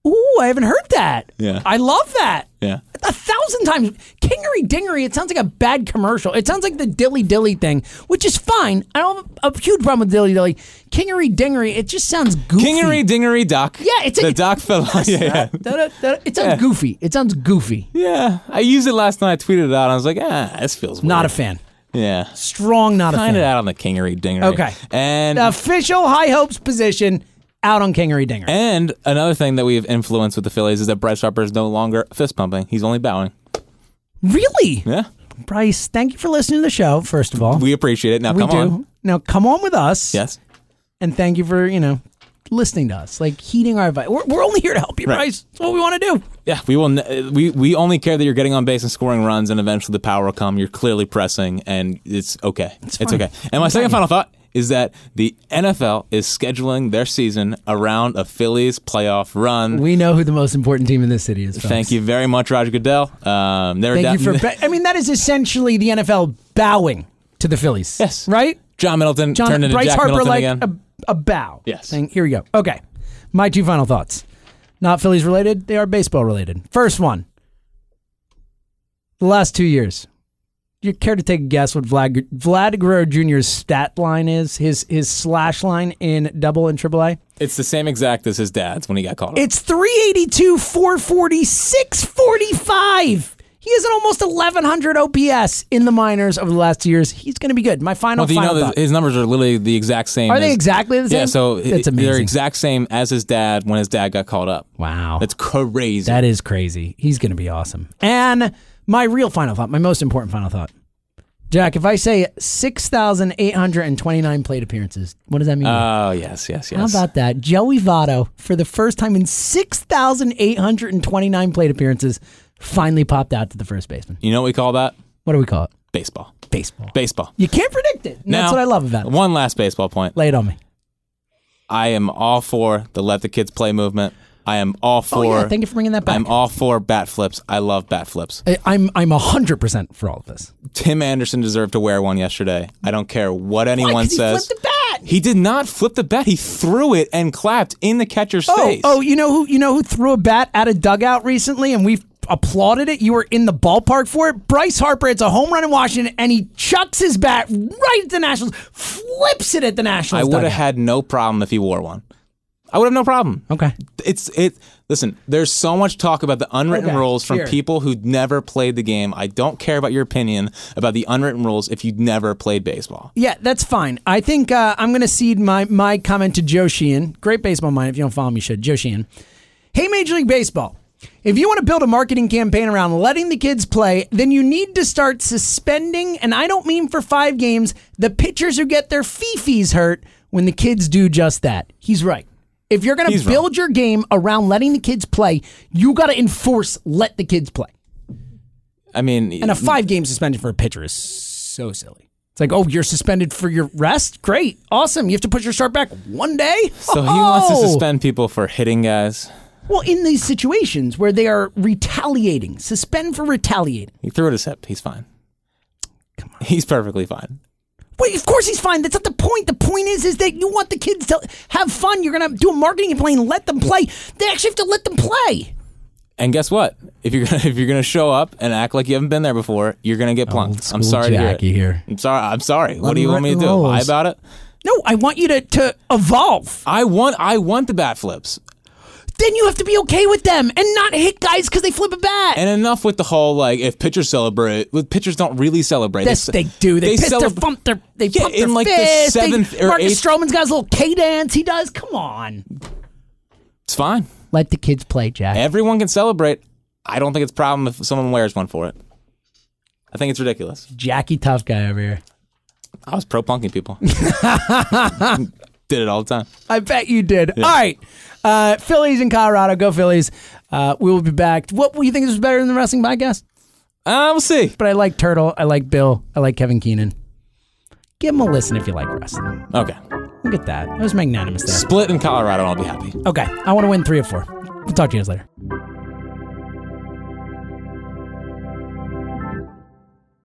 [SPEAKER 3] Ooh, I haven't heard that.
[SPEAKER 2] Yeah.
[SPEAKER 3] I love that.
[SPEAKER 2] Yeah.
[SPEAKER 3] A thousand times. Kingery dingery, it sounds like a bad commercial. It sounds like the dilly dilly thing, which is fine. I don't have a huge problem with dilly dilly. Kingery dingery, it just sounds goofy.
[SPEAKER 2] Kingery Dingery Doc.
[SPEAKER 3] Yeah, it's a-
[SPEAKER 2] the Doc fell on. Yeah, yeah.
[SPEAKER 3] Da- da- da- It sounds goofy. It sounds goofy.
[SPEAKER 2] Yeah, I used it last night. I tweeted it out. I was like, ah, this feels weird.
[SPEAKER 3] Not a fan.
[SPEAKER 2] Yeah.
[SPEAKER 3] Strong, not a
[SPEAKER 2] Kind of
[SPEAKER 3] fan.
[SPEAKER 2] out on the Kingery Dingery.
[SPEAKER 3] Okay.
[SPEAKER 2] And
[SPEAKER 3] Official high hopes position out on Kingery dingery.
[SPEAKER 2] and another thing that we have influenced with the Phillies is that Bryce Harper is no longer fist pumping. He's only bowing.
[SPEAKER 3] really?
[SPEAKER 2] Yeah.
[SPEAKER 3] Bryce, thank you for listening to the show, first of all.
[SPEAKER 2] We appreciate it. Now,
[SPEAKER 3] We
[SPEAKER 2] come
[SPEAKER 3] do.
[SPEAKER 2] on.
[SPEAKER 3] Now, come on with us.
[SPEAKER 2] Yes.
[SPEAKER 3] and thank you for you know listening to us, like heeding our advice. We're, we're only here to help you,
[SPEAKER 2] Right.
[SPEAKER 3] Bryce. That's what we want to do.
[SPEAKER 2] Yeah, we will. n- We we only care that you're getting on base and scoring runs, and eventually the power will come. You're clearly pressing, and it's okay. It's,
[SPEAKER 3] fine.
[SPEAKER 2] okay. And my second final thought is that the NFL is scheduling their season around a Phillies playoff run.
[SPEAKER 3] We know who the most important team in this city is.
[SPEAKER 2] Thank you very much, Roger Goodell. Um, they're
[SPEAKER 3] Thank
[SPEAKER 2] down-
[SPEAKER 3] you for. ba- I mean, that is essentially the NFL bowing to the Phillies.
[SPEAKER 2] Yes.
[SPEAKER 3] right.
[SPEAKER 2] John Middleton
[SPEAKER 3] John
[SPEAKER 2] turned into
[SPEAKER 3] Bryce
[SPEAKER 2] Jack
[SPEAKER 3] Harper
[SPEAKER 2] Middleton
[SPEAKER 3] like
[SPEAKER 2] again.
[SPEAKER 3] a, a bow.
[SPEAKER 2] Yes.
[SPEAKER 3] thing. Here we go. Okay, my two final thoughts. Not Phillies related. They are baseball related. First one. The last two years. You care to take a guess what Vlad, Vlad Guerrero Jr.'s stat line is? His his slash line in double and triple A.
[SPEAKER 2] it's the same exact as his dad's when he got called. up.
[SPEAKER 3] It's 382, 440, 645. He is an almost 1100 OPS in the minors over the last two years. He's going to be good. My final,
[SPEAKER 2] Well, do you
[SPEAKER 3] final
[SPEAKER 2] know
[SPEAKER 3] thought.
[SPEAKER 2] that his numbers are literally the exact same?
[SPEAKER 3] Are they
[SPEAKER 2] as-
[SPEAKER 3] exactly the same?
[SPEAKER 2] Yeah, so i-
[SPEAKER 3] That's
[SPEAKER 2] they're
[SPEAKER 3] amazing.
[SPEAKER 2] exact same as his dad when his dad got called up.
[SPEAKER 3] wow.
[SPEAKER 2] That's crazy.
[SPEAKER 3] That is crazy. He's going to be awesome. And my real final thought, my most important final thought. Jack, if I say 6,829 plate appearances, what does that mean?
[SPEAKER 2] oh, yes, yes,
[SPEAKER 3] How
[SPEAKER 2] yes.
[SPEAKER 3] about that? Joey Votto, for the first time in 6,829 plate appearances, finally popped out to the first baseman.
[SPEAKER 2] you know what we call that?
[SPEAKER 3] What do we call it?
[SPEAKER 2] Baseball.
[SPEAKER 3] Baseball.
[SPEAKER 2] Baseball.
[SPEAKER 3] You can't predict it. And
[SPEAKER 2] Now,
[SPEAKER 3] that's what I love about it.
[SPEAKER 2] One last baseball point.
[SPEAKER 3] Lay it on me.
[SPEAKER 2] I am all for the let the kids play movement. I am all for.
[SPEAKER 3] Oh, yeah. Thank you for bringing that back.
[SPEAKER 2] I'm all for bat flips. I love bat flips.
[SPEAKER 3] I- I'm, I'm 100% for all of this.
[SPEAKER 2] Tim Anderson deserved to wear one yesterday. I don't care what anyone
[SPEAKER 3] 'Cause he
[SPEAKER 2] says.
[SPEAKER 3] flipped the bat.
[SPEAKER 2] He did not flip the bat. He threw it and clapped in the catcher's
[SPEAKER 3] Oh,
[SPEAKER 2] face.
[SPEAKER 3] oh, you know who you know who threw a bat at a dugout recently and we applauded it. You were in the ballpark for it. Bryce Harper hits a home run in Washington and he chucks his bat right at the Nationals, flips it at the Nationals.
[SPEAKER 2] I would have
[SPEAKER 3] dugout.
[SPEAKER 2] had no problem if he wore one. I would have no problem.
[SPEAKER 3] Okay.
[SPEAKER 2] It's it. Listen, there's so much talk about the unwritten
[SPEAKER 3] Okay,
[SPEAKER 2] rules from
[SPEAKER 3] here.
[SPEAKER 2] people who never played the game. I don't care about your opinion about the unwritten rules if you never played baseball.
[SPEAKER 3] Yeah, that's fine. I think uh, I'm going to cede my my comment to Joe Sheehan. Great baseball mind. If you don't follow him, you should. Joe Sheehan. Hey, Major League Baseball. If you want to build a marketing campaign around letting the kids play, then you need to start suspending, and I don't mean for five games, the pitchers who get their fifis hurt when the kids do just that. He's right. If you're going to
[SPEAKER 2] He's wrong.
[SPEAKER 3] build your game around letting the kids play, you got to enforce let the kids play.
[SPEAKER 2] I mean,
[SPEAKER 3] And a five game suspension for a pitcher is so silly. It's like, oh, you're suspended for your rest? Great. Awesome. You have to put your start back one day?
[SPEAKER 2] so he wants to
[SPEAKER 3] Oh!
[SPEAKER 2] suspend people for hitting guys.
[SPEAKER 3] Well, in these situations where they are retaliating, suspend for retaliating.
[SPEAKER 2] He threw it his hip. He's fine. Come on. He's perfectly fine.
[SPEAKER 3] Wait, of course he's fine. That's not the point. The point is, is that you want the kids to have fun. You're going to do a marketing campaign and let them play. They actually have to let them play.
[SPEAKER 2] And guess what? If you're gonna if you're gonna show up and act like you haven't been there before, you're gonna get plunked. I'm
[SPEAKER 3] Oh, school
[SPEAKER 2] sorry to hear it.
[SPEAKER 3] Jackie here.
[SPEAKER 2] I'm sorry. I'm sorry. what do you
[SPEAKER 3] him
[SPEAKER 2] want me
[SPEAKER 3] rip
[SPEAKER 2] to do?
[SPEAKER 3] the
[SPEAKER 2] Lie
[SPEAKER 3] rolls.
[SPEAKER 2] about it?
[SPEAKER 3] No, I want you to, to evolve.
[SPEAKER 2] I want I want the bat flips.
[SPEAKER 3] Then you have to be okay with them and not hit guys because they flip a bat.
[SPEAKER 2] And enough with the whole like if pitchers celebrate, well, pitchers don't really celebrate.
[SPEAKER 3] Yes, they do. They, piss their
[SPEAKER 2] celebra-
[SPEAKER 3] pump their they
[SPEAKER 2] Yeah,
[SPEAKER 3] pump
[SPEAKER 2] in
[SPEAKER 3] their
[SPEAKER 2] like the
[SPEAKER 3] fist. They-
[SPEAKER 2] seventh or
[SPEAKER 3] Marcus
[SPEAKER 2] eighth-
[SPEAKER 3] Stroman's got his little K dance. He does. Come on,
[SPEAKER 2] It's fine.
[SPEAKER 3] let the kids play, Jack.
[SPEAKER 2] Everyone can celebrate. I don't think it's a problem if someone wears one for it. I think it's ridiculous.
[SPEAKER 3] Jackie, tough guy over here.
[SPEAKER 2] I was pro plunking people. Did it all the time.
[SPEAKER 3] I bet you did. All right, uh, Phillies in Colorado. Go Phillies. Uh, we will be back. What you think this is better than the wrestling podcast?
[SPEAKER 2] Uh, we'll see.
[SPEAKER 3] But I like Turtle. I like Bill. I like Kevin Keenan. Give him a listen if you like wrestling.
[SPEAKER 2] Okay.
[SPEAKER 3] Look at that. That was magnanimous there.
[SPEAKER 2] Split in Colorado, and I'll be happy.
[SPEAKER 3] Okay, I want to win three or four. We'll talk to you guys later.